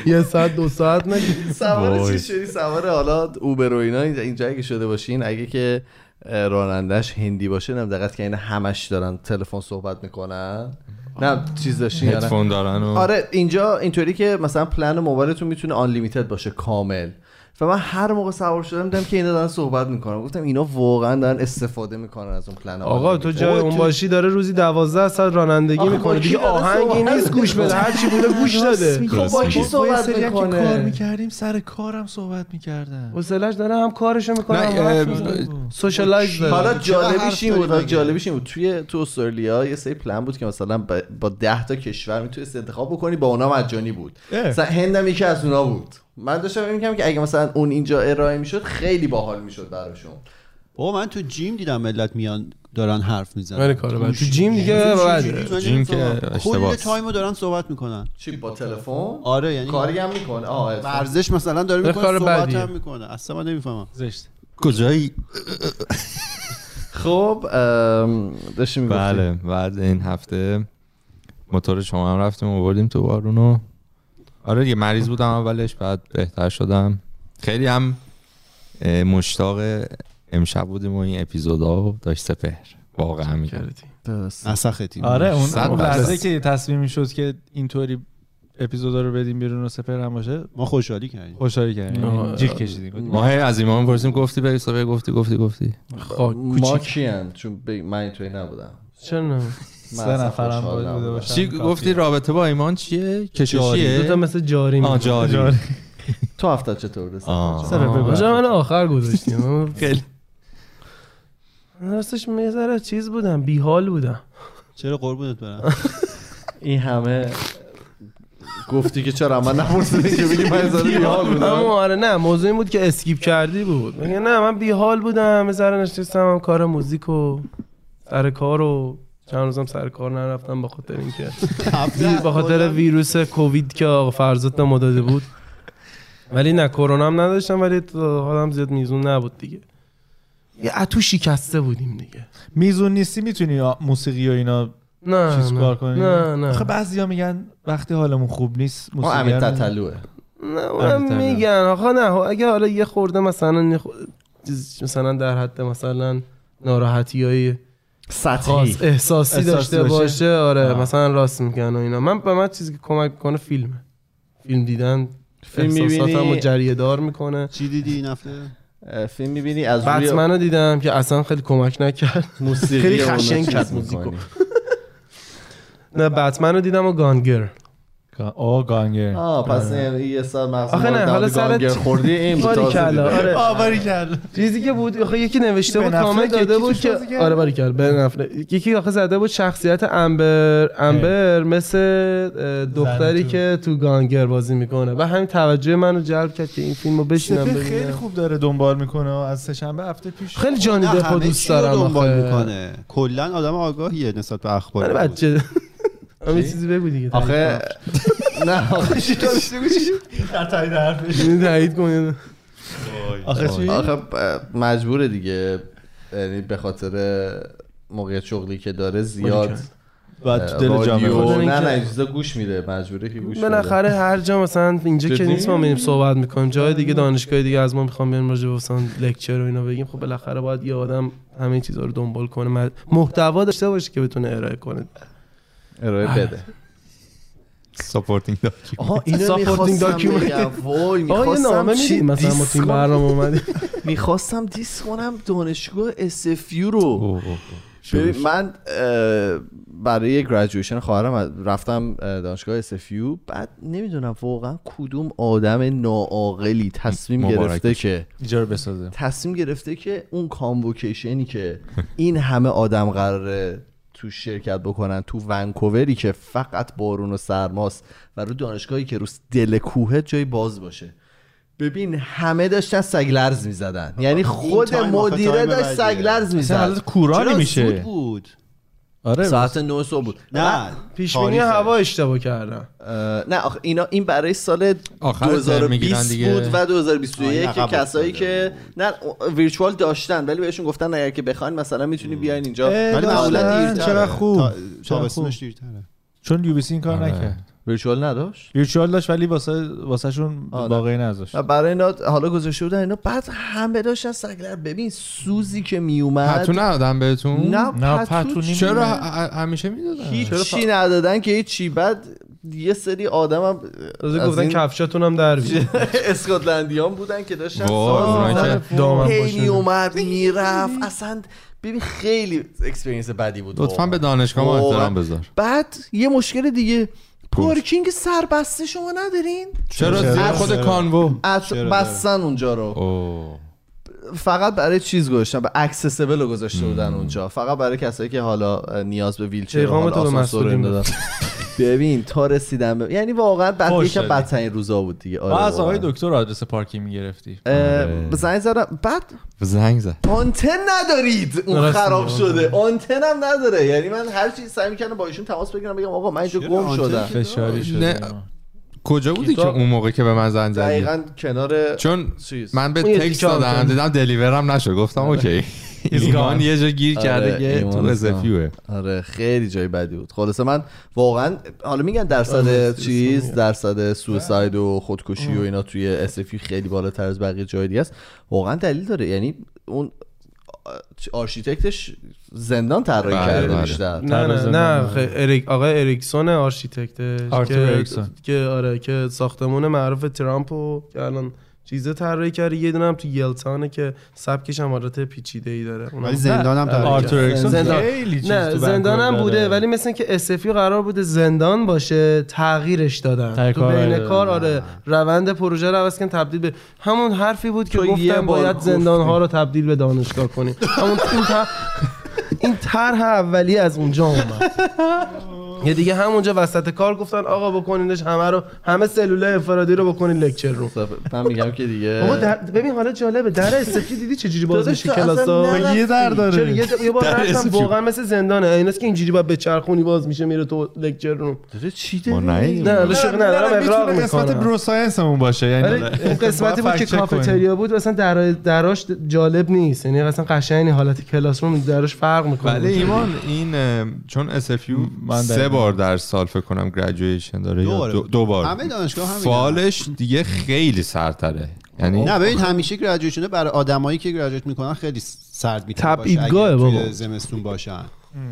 S2: یه ساعت دو ساعت نگید
S3: سوار
S6: وای.
S3: چی شدی سوار حالا اوبر و اینا اینجا اگه شده باشین اگه که اه، رانندش هندی باشه نم دقت که این همش دارن تلفن صحبت میکنن نه چیز داشتین یا نه؟
S6: هدفون دارن و
S3: آره اینجا اینطوری که مثلا پلن موبایلتون میتونه آن باشه کامل و من هر موقع سوار شدم دیدم که اینا دارن صحبت میکنن گفتم اینا واقعا دارن استفاده میکنن از اون پلن
S2: آقا تو جای اون باشی داره روزی دوازده ساعت رانندگی
S3: آخه
S2: میکنه
S3: با کی
S2: دیگه
S3: داره
S2: آهنگی
S3: صحبت
S2: نیست گوش بده
S3: می‌کنه؟
S2: هرچی بوده گوش داده
S3: خب با کی صحبت
S5: کار
S3: میکنه
S5: میکردیم سر کارم صحبت میکردن
S2: حسلش داره هم کارشو
S6: نه،
S2: میکنه خب.
S6: اه،
S2: سوشالایز داره
S3: حالا جالبیش
S4: حرف
S3: این بود
S4: داری
S3: حالا
S4: مگه؟
S3: جالبیش این بود توی تو استرالیا یه سری پلن بود که مثلا با- با 10 تا کشور میتونستی انتخاب بکنی با اونا مجانی بود
S5: اه.
S3: مثلا هندم یکی از اونا بود من داشتم میگم که اگه مثلا اون اینجا ارائه میشد خیلی باحال میشد براشون
S4: بابا من تو جیم دیدم ملت میان دارن حرف میزنن یعنی
S2: آره کار بعد. تو جیم دیگه بعد
S6: جیم که
S4: کل
S6: اشتباهه.
S4: تایمو دارن صحبت میکنن
S3: چی با تلفن
S4: آره یعنی
S3: کاری هم میکنه آه اتفاقا.
S4: ورزش مثلا داره
S2: نه،
S4: میکنه
S2: کار
S4: صحبت
S2: بدیه.
S4: هم میکنه اصلا من نمیفهمم
S5: زشت
S6: کجایی
S3: خب ام، داشتی میگفتی
S6: بله بعد این هفته موتور شما هم رفتیم آوردیم تو بارونو آره دیگه مریض بودم اولش بعد بهتر شدم خیلی هم اه، مشتاق امشب بودیم و این اپیزودا و داشت سپهر واقعا میکرد
S3: درست.
S4: نسختی
S5: آره اون
S6: صد
S5: اون
S6: درصد.
S5: لحظه که تصمیم میشد که اینطوری اپیزودا رو بدیم بیرون و سپر هم باشه
S4: ما خوشحالی کردیم
S5: خوشحالی کردیم
S2: آه.
S5: یعنی جیغ کشیدیم
S6: ما هی از ایمان پرسیم گفتی بری سپهر گفتی گفتی گفتی
S2: خاک
S3: ما
S2: کوچیک
S3: کیان چون ب- من اینطوری نبودم
S2: چرا نه
S3: من
S5: سه
S3: اصلا
S5: نفرم
S3: خوشحال
S5: بود بوده
S3: نبودم.
S5: باشن
S6: چی
S5: کافیه.
S6: گفتی رابطه با ایمان چیه
S2: جاری دو
S6: کششیه
S2: تا مثل جاری
S6: آه
S2: می‌کنه.
S6: جاری
S3: تو هفته چطور رسید
S6: آه.
S2: سر بگو.
S5: آه.
S2: آجا من آخر گذاشتیم
S6: خیلی
S2: راستش میذاره چیز بودم بیحال بودم
S4: چرا قربونت برم
S3: این همه گفتی که چرا من نپرسیدی که بگی من هزار بیحال
S2: اما
S3: بودم
S2: آره نه موضوع این بود که اسکیپ کردی بود میگه نه من بیحال بودم مثلا نشستم هم کار موزیک و سر کار و چند روزم سر کار نرفتم با خاطر اینکه وی- با خاطر ویروس کووید که آقا فرزاد به ما داده بود ولی نه کرونا هم نداشتم ولی تو حالم زیاد میزون نبود دیگه یه اتو شکسته بودیم دیگه
S5: میزون نیستی میتونی آ- موسیقی و اینا
S2: نه
S5: چیز
S2: نه.
S5: کار کنی خب
S2: نه نه
S5: آخه بعضیا میگن وقتی حالمون خوب نیست
S3: ما
S5: موسیقی
S3: امیر
S5: رو-
S3: تطلوه
S2: نه اونم
S5: طبیعی.
S2: میگن آخه نه خب اگه حالا یه خورده مثلا یه خو- چیز- مثلا در حد مثلا ناراحتی های
S3: سطحی
S2: خاص احساسی
S5: احساسی
S2: داشته
S5: باشه.
S2: باشه آره
S5: آه.
S2: مثلا راست میگن و اینا من به من چیزی که کمک کنه فیلمه فیلم دیدن
S3: فیلم
S2: احساساتمو
S3: می‌بینی؟
S2: جریه دار میکنه
S4: چی دیدی این هفته
S3: اه، فیلم میبینی از روی
S2: بتمن رو دیدم که اصلا خیلی کمک نکرد
S3: موسیقی
S2: خیلی
S3: اونا
S2: خشن
S3: چیز
S2: کرد موزیکو.
S3: می‌کنی.
S2: نه بتمن رو دیدم و گانگر
S5: آه گانگر
S3: آه پس
S5: آره.
S3: این یه سال مغز
S2: آخه نه،
S3: ما
S2: حالا
S3: داده
S2: سرت
S3: گانگر
S2: چی-
S3: خوردی این بود
S2: باری
S3: تازه دیدی.
S2: آره
S5: آوری کرد
S2: چیزی که بود آخه یکی نوشته
S5: یکی
S2: بود
S5: بن افلک،
S2: کامنت داده
S5: یکی
S2: بود
S5: توش بازی
S2: که
S5: کرد.
S2: آره برای کرد بن افلک. یکی آخه زده بود شخصیت امبر امبر مثل اه، دختری
S5: تو.
S2: که تو گانگر بازی میکنه و همین توجه منو جلب کرد که این فیلمو بشینم
S5: سپر خیلی
S2: ببینم
S5: خوب داره دنبال میکنه از سه شنبه هفته پیش
S2: خیلی جانی
S4: نه،
S2: دپو
S4: همه
S2: دوست
S4: چی رو
S2: دارم
S4: دنبال
S2: آخه
S4: میکنه کلا آدم آگاهیه نسبت به اخبار
S2: من
S5: آره،
S2: بچه هم یه چیزی بگو دیگه
S3: آخه نه آخه
S5: در تایید حرفش
S2: اینو تایید کنید
S5: آخه چی
S3: آخه ب- مجبوره دیگه یعنی به خاطر موقعیت شغلی که داره زیاد
S5: بعد تو دل جامعه
S3: رادیو-
S5: خود.
S2: خود.
S3: نه
S2: اینکه-
S3: نه این چیزا گوش میده مجبوره که گوش بده
S2: بالاخره هر جا مثلا اینجا که
S3: جدی؟ آره.
S2: نیست ما میریم صحبت میکنیم جای دیگه دانشگاه دیگه از ما میخوام بریم راجع به مثلا لکچر و اینا بگیم خب بالاخره باید یه آدم همه چیزا رو دنبال کنه مد- محتوا داشته باشه که بتونه ارائه کنه
S3: ارائه بده
S6: سپورتینگ
S3: آها
S2: Supporting document.
S3: وای
S2: آقا یه
S3: میخواستم
S2: نامه میدید مثلا ما تو این برنامه اومدیم
S3: میخواستم دیس کنم دانشگاه SFU رو ببین، من اه، برای گریجویشن خواهرم رفتم اه، دانشگاه SFU بعد نمیدونم واقعا کدوم آدم ناعاقلی تصمیم
S6: مبارک
S3: گرفته که
S5: اینجا رو بسازه
S3: تصمیم گرفته که اون کانوکیشنی که این همه آدم قراره تو شرکت بکنن تو ونکووری که فقط بارون و سرماست و رو دانشگاهی که رو دل کوه جای باز باشه ببین همه داشتن سگلرز میزدن یعنی خود
S4: تایم آخه
S3: مدیره
S4: تایم
S3: داشت
S4: بدیه.
S3: سگلرز
S5: مثلا
S3: میزد
S5: حالت کورانی
S4: چرا زود
S5: میشه
S4: بود
S5: آره
S3: ساعت 9 صبح بود
S4: نه
S2: پیش بینی هوا اشتباه کردن
S3: اه، نه آخه اینا این برای سال
S6: آخر ترم میگیرن
S3: 2020
S6: دیگه.
S3: بود و 2021
S4: آه،
S3: که
S4: این عقب
S3: کسایی
S4: افتاده
S3: که نه ویرچوال داشتن ولی بهشون گفتن اگر که بخواین مثلا میتونی بیاین اینجا
S5: اه،
S3: ولی معمولا
S5: داشتن،
S3: دیرتره.
S5: چرا خوب
S4: تا-
S5: چرا خوب
S4: تابستونش دیرتره
S5: چون یو این کار
S6: آره.
S5: نکرد
S3: ویرچوال نداشت
S5: ویرچوال داشت ولی واسه واسه شون
S3: آره.
S5: واقعی نذاشت
S3: و برای اینا حالا گذاشته بودن اینا بعد همه داشتن سگلر ببین سوزی که میومد
S6: پتو ندادم بهتون
S3: نه
S5: نه
S3: پتو
S5: پتو
S3: چی-
S5: نیم-
S6: چرا ه- ه- همیشه میدادن
S3: هیچی ندادن که هیچی بعد یه سری آدم هم
S2: تازه
S3: از
S2: گفتن
S3: این
S2: کفشاتون هم در بیاد.
S3: اسکاتلندیان بودن که داشتن
S6: وای،
S3: ساز
S6: اونایی
S3: می‌زدن.
S6: که
S2: دامن
S3: هی
S2: باشه
S3: میومد میرفت اصلا ببین خیلی اکسپرینس بدی بود
S6: لطفا
S3: واقعا.
S6: به دانشگاه ما
S3: واقعا.
S6: احترام بذار
S3: بعد یه مشکل دیگه پارکینگ سربسته شما ندارین
S6: چرا زیر خود کانوو
S3: ات-
S4: چرا داره؟
S3: بستن اونجا
S6: خب.
S3: رو
S6: اوه.
S3: فقط برای چیز گذاشتن به اکسسبل رو گذاشته بودن اونجا فقط برای کسایی که حالا نیاز به ویلچر و
S2: پیغام
S3: حالا
S2: تو به
S3: آسانسور
S2: مسئولین
S3: رو
S2: بده.
S3: دادن ببین تا رسیدم به- یعنی واقعا بعد
S5: خوش
S3: یکم
S5: شدی.
S3: بدترین روزا بود دیگه آره
S5: ما از آقای
S3: واقعاً.
S5: دکتر آدرس پارکینگ گرفتی
S3: اه، زنگ زدم بعد
S6: زنگ زد
S3: آنتن ندارید اون
S5: درست
S3: خراب
S5: میگه.
S3: شده آنتن هم نداره یعنی من هر چیز سعی میکنم با ایشون تماس بگیرم بگم آقا من اینجا
S4: چرا
S3: گم
S4: آنتن
S3: شدم
S4: که-
S5: فشاری شدی
S6: نه.
S5: ما.
S6: کجا بودی
S2: تو-
S6: که اون موقع که به من زنگ زدی
S3: دقیقا کنار
S6: چون
S3: چیز
S6: من به
S2: اون یه
S6: تکست
S2: دیگه
S6: دادم
S2: آنتن.
S6: دیدم دلیورم نشد گفتم اوکی ایمان
S5: gone.
S6: یه جا گیر
S3: آره،
S6: کرده که
S3: ایمان
S6: تو
S3: is gone.
S6: رسفیوه
S3: آره خیلی جای بدی بود خلاصه من واقعا حالا میگن درصد چیز درصد سویساید و خودکشی و اینا توی SFU خیلی بالاتر از بقیه جای دیگه است واقعا دلیل داره یعنی اون آرشیتکتش زندان طراحی
S6: بله،
S3: کرده
S6: بله.
S3: بیشتر
S2: نه نه
S5: طراح
S2: نه
S5: زندان.
S2: خ- اریک آقای اریکسون آرشیتکتش
S5: آرتور
S2: که
S5: اریکسون.
S2: که آره که ساختمون معروف ترامپو که الان چیزه طراحی کرده یه دونه هم تو یلتانه که سبکش هم حالت پیچیده ای داره اونم-
S4: ولی زندانم داره
S5: آرتور اکسون
S2: زندان.
S5: خیلی چیز
S2: نه
S5: تو
S2: زندان هم
S5: بنگال
S2: بوده
S5: داره.
S2: ولی مثل که اسفی قرار بوده زندان باشه تغییرش دادن
S5: تغییر
S2: تو
S5: کار
S2: بین
S5: دادن.
S2: کار آره روند پروژه رو عوض کردن تبدیل به همون حرفی بود که
S3: تو یه
S2: گفتم
S3: بار
S2: باید
S3: گفتی.
S2: زندان ها رو تبدیل به دانشگاه کنیم همون این ط- این طرح اولی از اونجا اومد یه دیگه همونجا وسط کار گفتن آقا بکنینش همه رو همه سلول انفرادی رو بکنین لکچر رو
S3: من میگم که دیگه
S2: آقا در- ببین حالا جالبه در استفی دیدی چجوری باز
S3: داداش
S2: میشه
S3: تو اصلا
S2: کلاسا
S3: نرفتی.
S5: خب، یه در داره.
S2: چرا یه, یه بار
S6: در
S2: رفتم
S6: اسم
S2: واقعا مثل زندانه ایناست که اینجوری باید به چرخونی باز میشه میره تو لکچر روم
S3: داره چی
S6: ما
S3: داری؟
S6: نیدیم.
S2: نه حالا شوخی ندارم اقرار
S5: میتونه قسمت
S2: میکنم
S5: برو ساینسمون باشه
S2: ولی
S5: یعنی
S6: بله.
S2: اون قسمتی بود
S5: باید
S2: که
S5: فکت چک
S2: کافتریا بود مثلا در دراش جالب نیست یعنی اصلا قشنگ نیست. حالت کلاس روم دراش فرق میکنه
S6: ولی ایمان این ام، چون اسفیو
S5: من
S6: سه
S5: دقیقاً.
S6: بار در سال فکر کنم گریجویشن داره یا
S4: دوباره.
S6: دو, دو بار
S4: همه دانشگاه همینه.
S6: فالش دیگه خیلی سرتره
S3: خب.
S6: یعنی
S4: نه ببین همیشه گریجویشن برای آدمایی که گریجویت میکنن خیلی سرد میتونه باشه
S2: تبعیدگاهه
S4: اگه
S2: بابا.
S4: توی زمستون باشن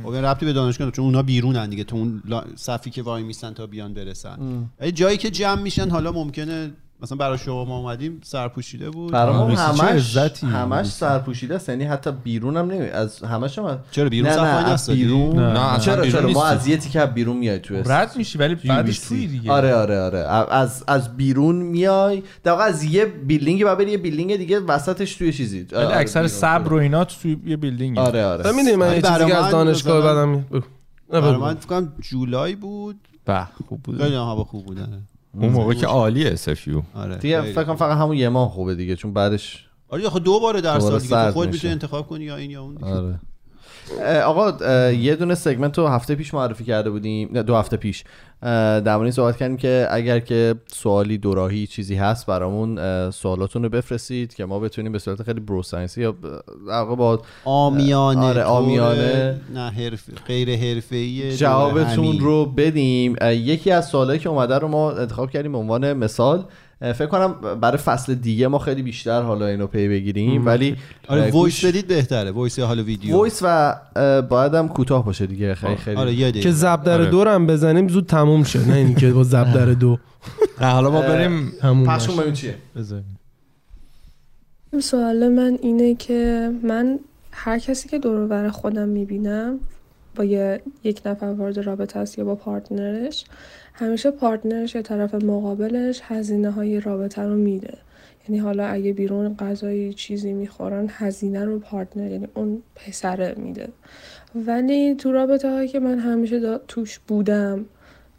S4: خب این ربطی به دانشگاه نداره، چون اونا بیرونن دیگه تو اون لا- صفی که وای میسن تا بیان برسن ولی جایی که جمع میشن حالا ممکنه مثلا برای شما ما اومدیم سرپوشیده بود
S3: برای ما
S5: آرسی چه
S3: همش
S5: عزتی.
S3: همش سرپوشیده است یعنی حتی بیرون هم نمی از همش هم
S4: چرا بیرون
S3: نه
S4: صف وای
S3: نه از
S4: نستادی؟
S3: بیرون
S5: نه،
S6: نه، اصلا
S3: چرا
S6: بیرون
S3: چرا ما
S6: نیستی.
S3: از یه تیکه از بیرون میای تو اس-
S5: رد میشی ولی بعدش
S3: UBC.
S5: توی دیگه
S3: آره آره آره از از بیرون میای در واقع از یه بیلدینگ بعد بری یه بیلدینگ دیگه وسطش توی چیزی
S5: ولی
S3: آره،
S5: اکثر
S3: بیرون.
S5: صبر و اینا توی یه بیلدینگ
S3: آره آره
S2: تو میدونی من
S4: ولی
S2: یه چیزی
S4: برای
S2: که از
S4: من
S2: دانشگاه
S4: مثلا-
S2: بدم میاد. بگو. نه،
S4: برای
S2: بگو.
S4: من فکر کنم جولای بود
S5: به خوب بود
S4: خیلی هم هوا خوب بودن
S6: اون موقع که عالی اسفیو
S4: آره
S3: دیگه
S4: خیلی.
S3: فکر کنم فقط همون یه ماه خوبه دیگه چون بعدش
S4: آره آخه دو باره در
S3: دوباره
S4: سال دیگه
S3: سرد
S4: تو خود
S3: میشه.
S4: میتونی انتخاب کنی یا این یا اون دیگه.
S3: آره آقا اه، یه دونه سگمنت رو هفته پیش معرفی کرده بودیم نه دو هفته پیش اه، در مورد این صحبت کردیم که اگر که سوالی دوراهی چیزی هست برامون اه، سوالاتون رو بفرستید که ما بتونیم به صورت خیلی برو ساینسی یا ب- در واقع با
S4: آمیانه
S3: آره،
S4: طور-
S3: آمیانه.
S4: نه حرف غیر حرفه‌ای
S3: جوابتون
S4: همین.
S3: رو بدیم اه، یکی از سوالایی که اومده رو ما انتخاب کردیم به عنوان مثال اه، فکر کنم برای فصل دیگه ما خیلی بیشتر حالا اینو پی بگیریم ولی اه،
S4: آره وایس
S3: گوش-
S4: بدید بهتره وایس یا حالا ویدیو
S3: وایس و اه، باید هم کوتاه باشه دیگه خیلی خیلی
S4: آره یه
S2: که
S4: دقیقه
S2: زب در
S6: آره.
S2: دورم بزنیم زود تموم شه نه اینکه با زب در دو
S6: نه حالا ما بریم
S2: تموم
S3: پخش
S2: نشه.
S3: کن ببین چیه
S1: سوال من اینه که من هر کسی که دور و بر خودم میبینم با یه یک نفر وارد رابطه است یا با پارتنرش همیشه پارتنرش یا طرف مقابلش هزینه های رابطه رو میده یعنی حالا اگه بیرون غذایی چیزی میخورن هزینه رو پارتنر یعنی اون پسره میده ولی تو رابطه هایی که من همیشه دا- توش بودم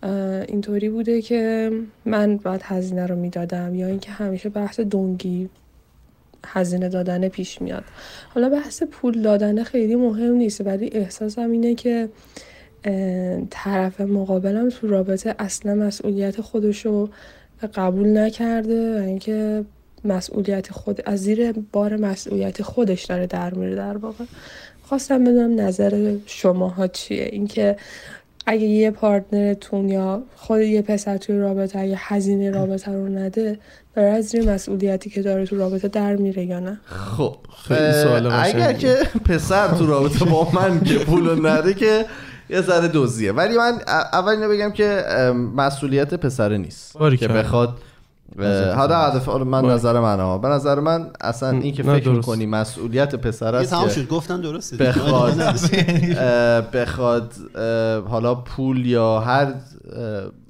S1: اه، اینطوری بوده که من باید هزینه رو میدادم یا اینکه همیشه بحث دونگی هزینه دادن پیش میاد حالا بحث پول دادن خیلی مهم نیست ولی احساسم اینه که اه، طرف مقابلم تو رابطه اصلا مسئولیت خودشو قبول نکرده و اینکه مسئولیت خود از زیر بار مسئولیت خودش داره در میره در واقع خواستم بدونم نظر شماها چیه اینکه اگه یه پارتنرتون یا خود یه پسر توی رابطه اگه هزینه رابطه رو نده داره از زیر مسئولیتی که داره تو رابطه در میره یا نه
S3: خب
S2: خیلی
S3: اه،
S2: سوال
S3: اگر
S2: قشنگی.
S3: که پسر تو رابطه با من که پولو نده که یه ذره دوزیه ولی من ا- اول اینو بگم که ام، مسئولیت پسره نیست که
S2: باریکلا.
S3: بخواد اه، حالا هدف حالا من
S2: باریک.
S3: نظر من ها به نظر من اصلا این که
S2: نه،
S3: فکر
S2: درست.
S3: میکنی مسئولیت پسر
S4: یه
S3: است
S4: تمام
S3: که
S4: شد گفتم درسته
S3: بخواد اه، بخواد اه، حالا پول یا هر اه،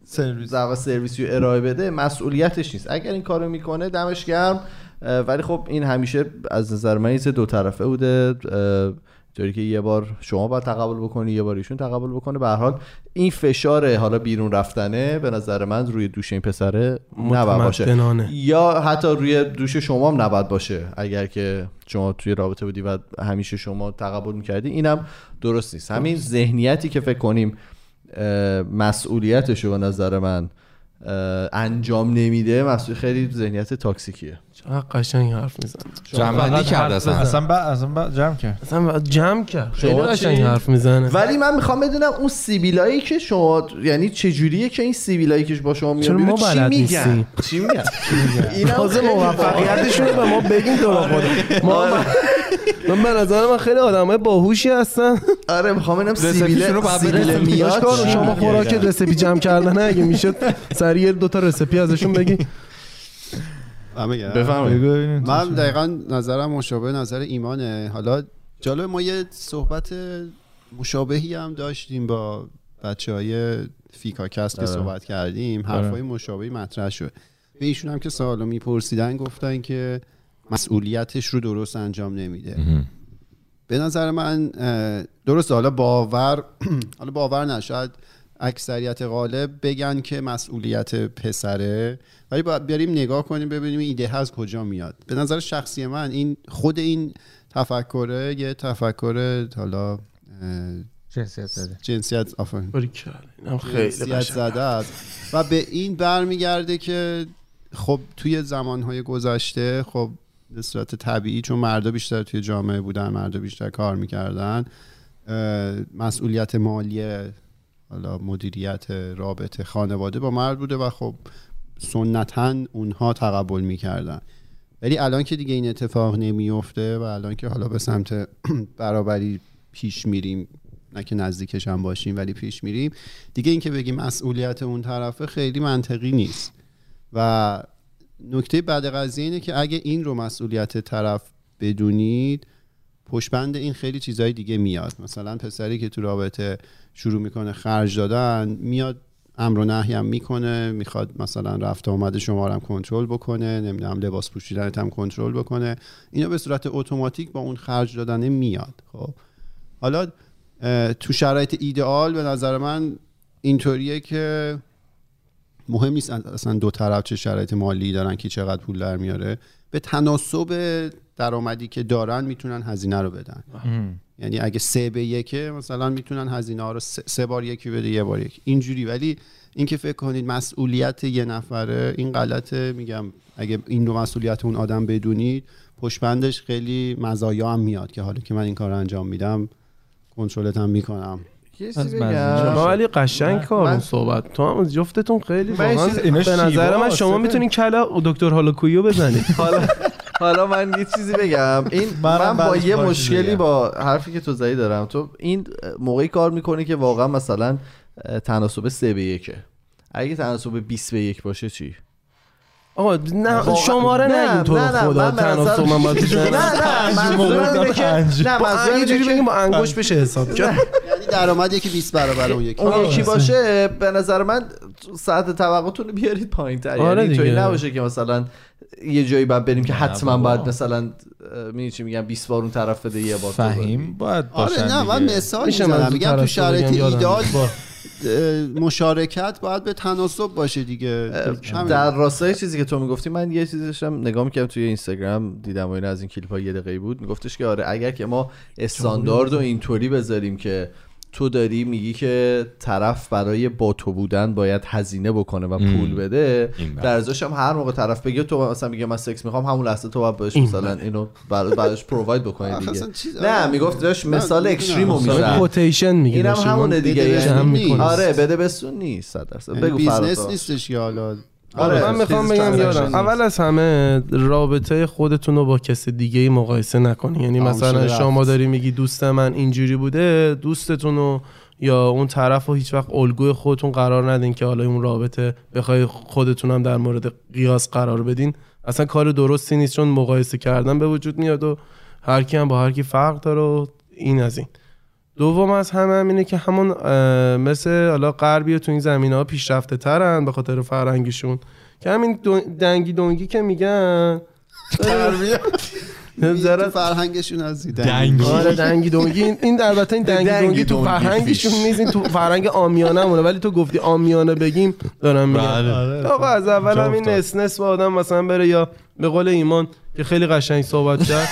S5: سرویس
S3: زوا سرویسی رو ارائه بده مسئولیتش نیست اگر این کارو میکنه دمش گرم اه، ولی خب این همیشه از نظر من یه چیز دو طرفه بوده اه، جوری که یه بار شما باید تقبل بکنی یه بار ایشون تقبل بکنه به هر حال این فشار حالا بیرون رفتنه به نظر من روی دوش این پسره نباید باشه
S2: متمدنانه.
S3: یا حتی روی دوش شما هم نباید باشه اگر که شما توی رابطه بودی و همیشه شما تقبل میکردی اینم درست نیست همین ذهنیتی که فکر کنیم اه، مسئولیتشو به نظر من اه، انجام نمیده مسئول خیلی ذهنیت تاکسیکیه
S2: چقدر قشنگ حرف میزنه
S6: جنبندی
S5: فقط
S6: کرد
S5: حرف
S6: اصلا
S5: اصلا با اصلا با جمع کرد
S2: اصلا جمع کرد خیلی
S3: شما
S2: قشنگ
S3: چی؟
S2: حرف میزنه
S3: ولی من میخوام بدونم اون سیبیلایی که شما یعنی چجوریه که این سیبیلایی که با شما میاد
S2: چون ما
S3: بیرون چی
S2: بلد
S3: میگن
S2: نیستیم.
S3: چی میگن اینم
S2: تازه
S3: خیلی
S2: موفقیتشون رو به ما بگین تو را خدا ما من به نظر من خیلی آدم های باهوشی هستن
S3: آره میخوام اینم سیبیله
S6: رسپیشون رو باید
S3: سیبیله
S6: بدونیم.
S3: میاد
S2: داشت کن
S3: چی
S2: شما
S3: میگن؟
S2: خوراک رسیپی جمع کردن اگه میشه سریع دوتا رسیپی ازشون بگی
S4: من بگم؟
S3: بفرمایید
S5: بگو ببینیم
S4: من دقیقا نظرم مشابه نظر ایمانه حالا جالب ما یه صحبت مشابهی هم داشتیم با بچه های فیکاکست
S3: آره.
S4: که صحبت کردیم حرفای مشابهی مطرح شد به ایشون هم که سوالو میپرسیدن گفتن که مسئولیتش رو درست انجام نمیده به نظر من اه، درسته حالا باور حالا باور نشد اکثریت غالب بگن که مسئولیت پسره ولی باید بیاریم نگاه کنیم ببینیم این ایده از کجا میاد به نظر شخصی من این خود این تفکره یه تفکر حالا اه، جنسیت آفرین
S2: خیلی
S4: سیاست زده است و به این برمیگرده که خب توی زمانهای گذشته خب به صورت طبیعی چون مردا بیشتر توی جامعه بودن مردا بیشتر کار میکردن مسئولیت مالی حالا مدیریت رابطه خانواده با مرد بوده و خب سنتا اونها تقبل میکردن ولی الان که دیگه این اتفاق نمیفته و الان که حالا به سمت برابری پیش میریم نه که نزدیکش هم باشیم ولی پیش میریم دیگه اینکه بگیم مسئولیت اون طرفه خیلی منطقی نیست و نکته بعد قضیه اینه که اگه این رو مسئولیت طرف بدونید پشبند این خیلی چیزهای دیگه میاد مثلا پسری که تو رابطه شروع میکنه خرج دادن میاد امر و نهی هم میکنه میخواد مثلا رفت و آمد شما رو هم کنترل بکنه نمیدونم لباس پوشیدنت هم کنترل بکنه اینا به صورت اتوماتیک با اون خرج دادنه میاد خب حالا اه، تو شرایط ایدئال به نظر من اینطوریه که مهم نیست اصلا دو طرف چه شرایط مالی دارن که چقدر پول در میاره به تناسب درآمدی که دارن میتونن هزینه رو بدن یعنی اگه سه به یکه مثلا میتونن هزینه ها رو سه سه بار یکی بده یه بار یک اینجوری ولی اینکه فکر کنید مسئولیت یه نفره این غلطه میگم اگه این رو مسئولیت اون آدم بدونید پشپندش خیلی مزایا هم میاد که حالا که من این کار رو انجام میدم کنترلت هم میکنم
S3: یه
S5: از
S3: چیزی
S5: مزه.
S3: بگم؟
S2: شما ولی قشنگ
S3: من-
S2: کارون صحبت تو هم جفتتون خیلی
S3: من یه
S2: واقعا
S3: چیز-
S5: اینا
S2: به نظر من
S5: شیواست،
S2: شما
S5: سپر.
S2: میتونین کلا دکتر هالوکویو بزنید
S3: حالا حالا من یه چیزی بگم این
S5: منم
S3: من با
S5: بعدش
S3: یه
S5: باهاش
S3: مشکلی
S5: بگم.
S3: با حرفی که تو زدی دارم تو این موقعی کار میکنی که واقعا مثلا اه، تناسب سه به یکه اگه تناسب 20 به یک باشه چی
S2: آقا نه
S3: واقعا-
S2: شماره
S3: نه،
S2: نگین تو رو
S3: نه، نه،
S2: خدا
S3: من به نظر-
S2: تناسب من باید
S3: نه
S2: بزنم.
S3: نه منظورم اینه که نه
S2: با
S3: منظورم
S2: یه
S3: اینه
S2: جوری
S3: که-
S2: بگیم با انگوش بشه حساب کرد
S4: یعنی درآمد یکی 20 برابر اون یکی
S3: اون
S2: آره.
S3: یکی باشه به نظر من ساعت توقعتون رو بیارید پایین تر
S2: آره
S3: یعنی اینطوری
S2: دیگه.
S3: نباشه که مثلا یه جایی باید بریم که حتما باید مثلا میدونی چی میگم 20 بار اون طرف بده یه بار تو
S5: فهیم باید باشن
S4: آره نه من
S5: دیگه.
S4: مثال
S2: میشه من
S4: میزنم
S2: زودتر
S4: میگم تو
S2: از تو
S4: شرایط
S2: بگم، یادم
S4: ایدال
S2: نیست. با.
S4: مشارکت باید به تناسب باشه دیگه
S3: باید.
S4: همین.
S3: در راستای چیزی که تو میگفتی من یه چیزی داشتم نگاه میکردم توی اینستاگرام دیدم و این از این کلیپ ها یه دقیقه بود میگفتش که آره اگر که ما استاندارد و اینطوری بذاریم که تو داری میگی که طرف برای با تو بودن باید هزینه بکنه و پول بده
S6: این بله.
S3: در ازاش هم هر موقع طرف بگه تو مثلا میگه من سکس میخوام همون لحظه تو باید بهش مثلا اینو برا- براش پروواید بکنی
S4: آخه
S3: دیگه
S4: اصلا چیز- آره.
S3: نه میگفت داشت
S4: نه،
S3: مثال
S4: می‌دونم.
S3: اکستریم رو میزد
S2: کوتیشن میگی
S3: اینم
S2: باشی.
S3: همونه دیگه
S4: بده
S3: یعنی.
S4: بسون
S2: جمع می‌کنی.
S3: آره بده بسون نیست صد درصد
S4: یعنی
S3: بگو
S4: بیزنس
S3: فردا.
S4: نیستش که حالا
S3: آره،
S2: من میخوام
S4: چیز
S2: بگم
S4: transaction
S2: یادم اول از همه رابطه خودتون رو با کسی دیگه ای مقایسه نکنی یعنی
S4: تمام شده
S2: مثلا
S4: رفت.
S2: شما داری میگی دوست من اینجوری بوده دوستتون رو یا اون طرف رو هیچ وقت الگوی خودتون قرار ندین که حالا اون رابطه بخوای خودتون هم در مورد قیاس قرار بدین اصلا کار درستی نیست چون مقایسه کردن به وجود میاد و هر کی هم با هر کی فرق داره و این از این دوم از همه هم اینه که همون اه، مثل حالا غربی تو این زمینه ها پیشرفته ترن به خاطر فرهنگشون که همین دو- دنگی دونگی که میگن
S4: تو
S2: ذره
S4: فرهنگشون از دیدن
S5: دنگی.
S2: آره دنگی دونگی این, این البته این دنگی,
S3: دنگی
S2: دونگی تو
S3: دونگی
S2: فرهنگشون
S3: فیش.
S2: نیست این تو فرهنگ آمیانه مونه ولی تو گفتی آمیانه بگیم دارم میگم
S5: آره.
S2: آقا از اول
S5: بله. جا
S2: هم این
S5: افتاد.
S2: اسنس با آدم مثلا بره یا به قول ایمان که خیلی قشنگ صحبت کرد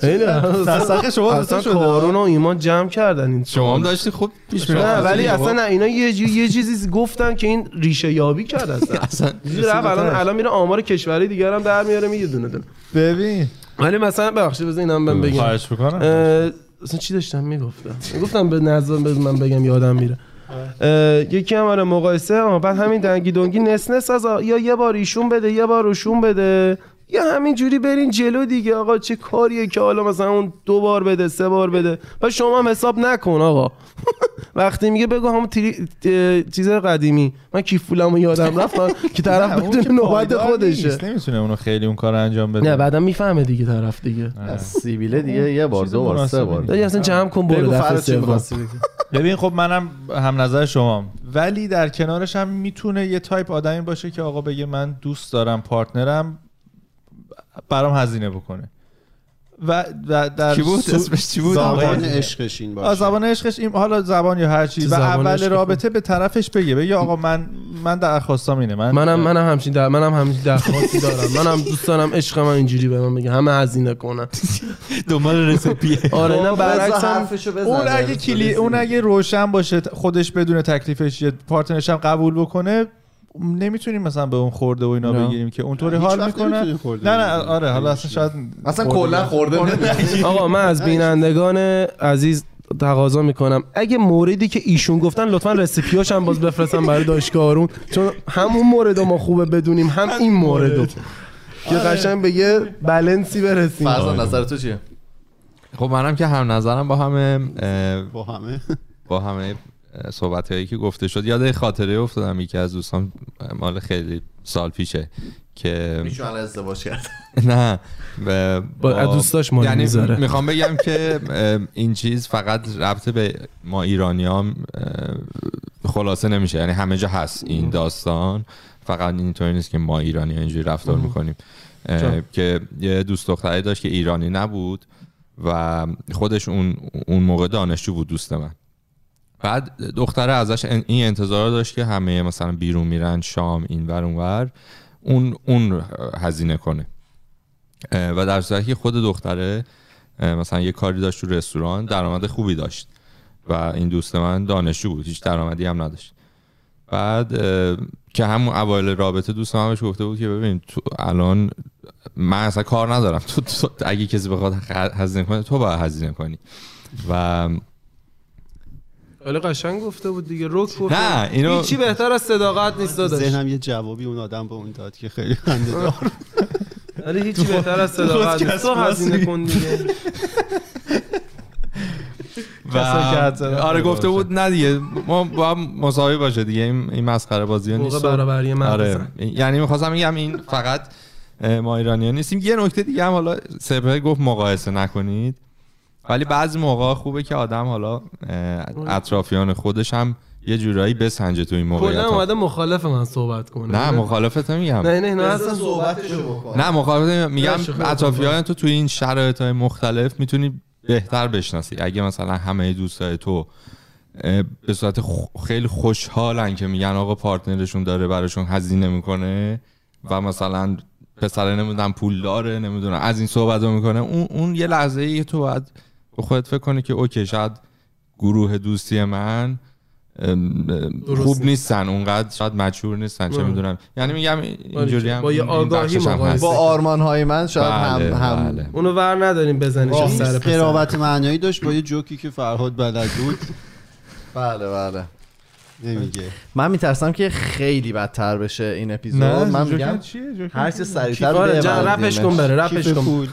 S2: خیلی
S3: سرسخت شما
S2: اصلا کارون و ایمان جمع کردن این
S6: شما هم داشتی خوب پیش
S2: نه
S6: می‌رفت.
S2: ولی
S6: شما-
S2: اصلا نه، اینا یه جی- یه چیزی گفتن که این ریشه یابی کرد اصلا
S6: اصلا
S2: رفت الان الان میره آمار کشوری دیگر هم در میاره میگه دونه دونه
S5: ببین
S2: ولی مثلا ببخشید بذار اینم من بگم
S5: خواهش میکنم
S2: اه، اصلا چی داشتم میگفتم گفتم به نظرم بذار من بگم یادم میره اه، یکی هم آره مقایسه آه، بعد همین دنگی دونگی نسنس از آ- یا یه بار ایشون بده یه بار روشون بده یا همین جوری برین جلو دیگه آقا چه کاریه که حالا مثلا اون دو بار بده سه بار بده و شما هم حساب نکن آقا وقتی میگه بگو همون تری... ت- چیز قدیمی من کیفولمو یادم رفت من- که طرف بدون نوبت خودشه
S5: نمیتونه اونو خیلی اون کار انجام بده
S2: نه بله. بعدم میفهمه دیگه طرف دیگه
S5: آره.
S3: سیبیله دیگه یه بار
S5: چیز
S3: دو بار سه
S5: مناسبی
S3: بار
S5: نیست.
S2: دایی اصلا جمع کن برو
S3: بگو
S2: دفعه
S3: فرض چی
S2: سوم
S3: می‌خواستی بگی.
S5: ببین خب منم هم نظر شمام ولی در کنارش هم میتونه یه تایپ آدمی باشه که آقا بگه من دوست دارم پارتنرم برام هزینه بکنه و و در
S6: کی بود
S5: سو-
S6: اسمش چی بود
S5: زبان
S6: آقای
S4: زبان عشقش این
S5: آره. آه،
S4: باشه
S5: زبان عشقش این حالا زبان یا هر چی
S2: تو
S5: و
S2: زبان
S5: اول
S2: عشق
S5: رابطه به طرفش بگه بگه آقا من من درخواستم اینه من
S2: منم منم همچین در... منم همچین درخواستی دارم منم دوست دارم عشق من اینجوری به من بگه همه هزینه کنن
S6: دنبال رسیپیه
S2: آره نه
S3: خب، بذار
S2: برعکس هم
S3: حرفشو بزنه.
S5: اون اگه کلی اون اگه روشن باشه ت- خودش بدون تکلیفش یه پارتنرش هم قبول بکنه نمیتونیم مثلا به اون خورده و اینا
S2: نه.
S5: بگیریم که اونطوری
S4: هیچ
S5: حال
S4: وقت
S5: میکنه
S4: نمیتونی خورده
S5: نه نه
S4: بگیری.
S5: آره حالا اصلا شاید
S3: اصلا کلا خورده نمی‌شه.
S2: آقا من از بینندگان عزیز تقاضا میکنم اگه موردی که ایشون گفتن لطفا رسیپیاش هم باز بفرستن برای داشکارون چون هم اون مورد رو ما خوبه بدونیم هم این مورد رو. که
S6: آره.
S2: قشنگ به یه بلنسی برسیم
S3: فرزاد نظر تو چیه
S6: خب منم که هم نظرم با همه اه،
S4: با همه
S6: با همه صحبت هایی که گفته شد یاد یه خاطره افتادم یکی از دوستان مال خیلی سال پیشه که
S3: میشون الان ازدواج کرد
S6: نه و-
S2: با از دوستاش مالی
S6: یعنی
S2: می‌ذاره.
S6: میخوام بگم که اه، این چیز فقط ربطه به ما ایرانی هم خلاصه نمیشه یعنی همه جا هست این داستان فقط اینطوری نیست که ما ایرانی اینجوری رفتار میکنیم که یه دوست دختری داشت که ایرانی نبود و خودش اون, اون موقع دانشجو بود دوست من بعد دختره ازش ان- این انتظار رو داشت که همه مثلا بیرون میرن شام این ور اون ور اون اون رو هزینه کنه اه، و در صورتی که خود دختره اه، مثلا یه کاری داشت تو رستوران درآمد خوبی داشت و این دوست من دانشجو بود هیچ درآمدی هم نداشت بعد اه، که همون اوایل رابطه دوست من بهش گفته بود که ببین تو الان من اصلا کار ندارم تو, تو اگه کسی بخواد خ- هزینه کنه تو باید هزینه کنی و
S2: حالا قشنگ گفته بود دیگه رک گفت
S6: نه اینو
S2: چی بهتر از صداقت نیست داداش
S4: ذهنم یه جوابی اون آدم به اون داد که خیلی خنده دار
S2: ولی هیچی بهتر از صداقت نیست تو هزینه کن دیگه
S6: و
S5: کسایی که حد زدن
S6: آره
S5: خیلی
S6: گفته
S5: باشه.
S6: بود نه دیگه ما با هم مساوی باشه دیگه این, این مسخره بازی ها
S2: موقع
S6: نیست و-
S2: برابری من
S6: آره یعنی میخواستم بگم این فقط اه، ما ایرانی ها نیستیم یه نکته دیگه هم حالا سپهر گفت مقایسه نکنید ولی بعضی موقع خوبه که آدم حالا اه، اطرافیان خودش هم یه جورایی بسنجه تو این موقعیت
S2: کلا
S6: ها.
S2: اومده مخالف من صحبت کنه
S6: نه مخالفت میگم
S2: نه نه اینا اصلا
S3: صحبتشو بکن
S6: نه مخالفت میگم
S2: نه، شوخی
S6: اطرافیان تو توی این شرایط های مختلف میتونی بهتر بشناسی اگه مثلا همه دوستای تو اه، به صورت خ- خیلی خوشحالن که میگن آقا پارتنرشون داره براشون هزینه میکنه و مثلا پسره نمیدونم پول داره نمیدونم از این صحبت رو میکنه اون, اون یه لحظه ای تو باید به خودت فکر کنی که اوکی شاید گروه دوستی من ام، ام،
S2: درست
S6: خوب
S2: نیست.
S6: نیستن اونقدر شاید مچور نیستن چه
S2: آه.
S6: میدونم یعنی میگم اینجوری هم
S2: بله، با یه
S6: این
S2: آگاهی
S6: بخشش هم
S2: مقایسه
S6: هست.
S3: با آرمان های من شاید هم
S6: بله،
S3: هم
S6: بله.
S2: اونو ور نداریم بزنیش از سر پسر
S4: قرابت معنایی داشت با یه جوکی که فرهاد بلد بود
S3: بله بله
S4: نمیگه
S3: من میترسم که خیلی بدتر بشه این اپیزود
S5: نه
S3: من
S5: جوکر
S3: میگم
S5: چیه جوکر؟
S3: هر چه سریعتر
S2: آره جا- رپش کن بره رپش
S4: کیف
S2: کن
S4: پول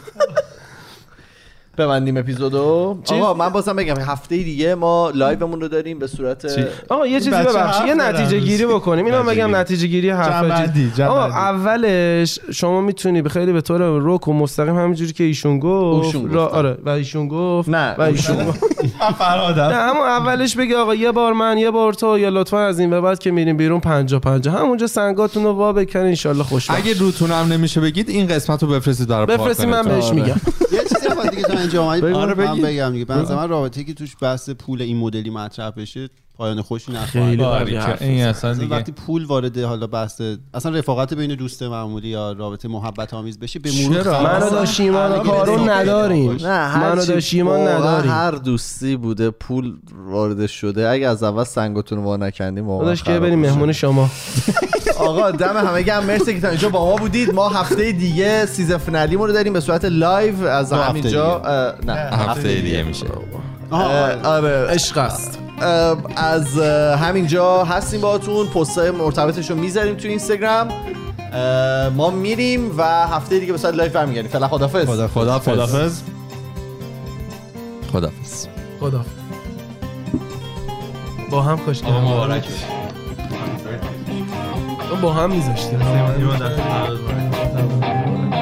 S3: ببندیم اپیزودو آقا من بازم بگم هفته دیگه ما لایومون رو داریم به صورت
S2: آقا یه چیزی
S5: بچه
S2: ببخشید یه
S5: حرف دارن
S2: نتیجه گیری
S5: روز.
S2: بکنیم اینو
S5: نتیجه
S2: بگم
S5: گیری.
S2: نتیجه گیری حرفا
S5: جمع‌بندی،
S2: چیز. آقا
S5: جمع‌بندی.
S2: اولش شما میتونی به خیلی به طور رک و مستقیم همینجوری که ایشون گفت
S3: اوشون
S2: را
S3: گفتم.
S2: آره و ایشون گفت
S3: نه،
S2: و ایشون
S3: اوشون.
S2: گفت
S5: من
S2: نه
S5: فرادم
S2: همون اولش بگی آقا یه بار من یه بار تو یا لطفا از این به بعد که میریم بیرون پنجا پنجا همونجا سنگاتون رو وا بکن انشالله خوش
S6: اگه روتون هم نمیشه بگید این قسمت رو بفرستید برای
S2: بفرستی من
S6: پارتنرتون.
S2: بهش میگم
S4: یه چیزی هم وقتی که تو اینجا اومدید
S2: بگو.
S4: آره
S2: آره،
S4: من
S2: بگی.
S4: بگم دیگه به نظر من رابطه که توش بحث پول این مدلی مطرح بشه پایان خوشی نخواهد
S2: خیلی.
S6: آره.
S4: داشت.
S5: باریکه. این اصلا
S4: اصلا
S5: دیگه
S4: وقتی پول وارد حالا بحث اصلا رفاقت بین دوست معمولی یا رابطه محبت آمیز بشه به مرور
S5: چرا؟
S4: خلاص.
S2: منو داشت ایمان و
S4: علیه
S2: کارون
S4: رفاقت
S2: نداریم
S4: باش.
S3: نه هر
S2: منو
S3: چی
S2: داشت ایمان
S3: واقعا
S2: نداریم
S3: هر دوستی بوده پول وارد شده اگه از اول سنگتون رو وا نکندیم واقعا
S2: داداش که
S3: خراب
S2: بریم
S3: میشه.
S2: مهمون شما
S3: آقا دم همه گم مرسی که تا اینجا با ما بودید ما هفته دیگه سیزن فینالی رو داریم به صورت لایو از
S4: هفته
S3: همینجا اه، نه
S6: هفته دیگه میشه
S3: اه، آره
S2: عشق است
S3: اه، از اه، همینجا هستیم باهاتون پستای مرتبطش رو میذاریم تو اینستاگرام اه، ما میریم و هفته دیگه به صورت لایو برمیگردیم فعلا خدافظ
S6: خدافظ
S5: خدافظ
S6: خدافظ
S2: خدا با هم کش آقا مبارک با هم میذاشتیم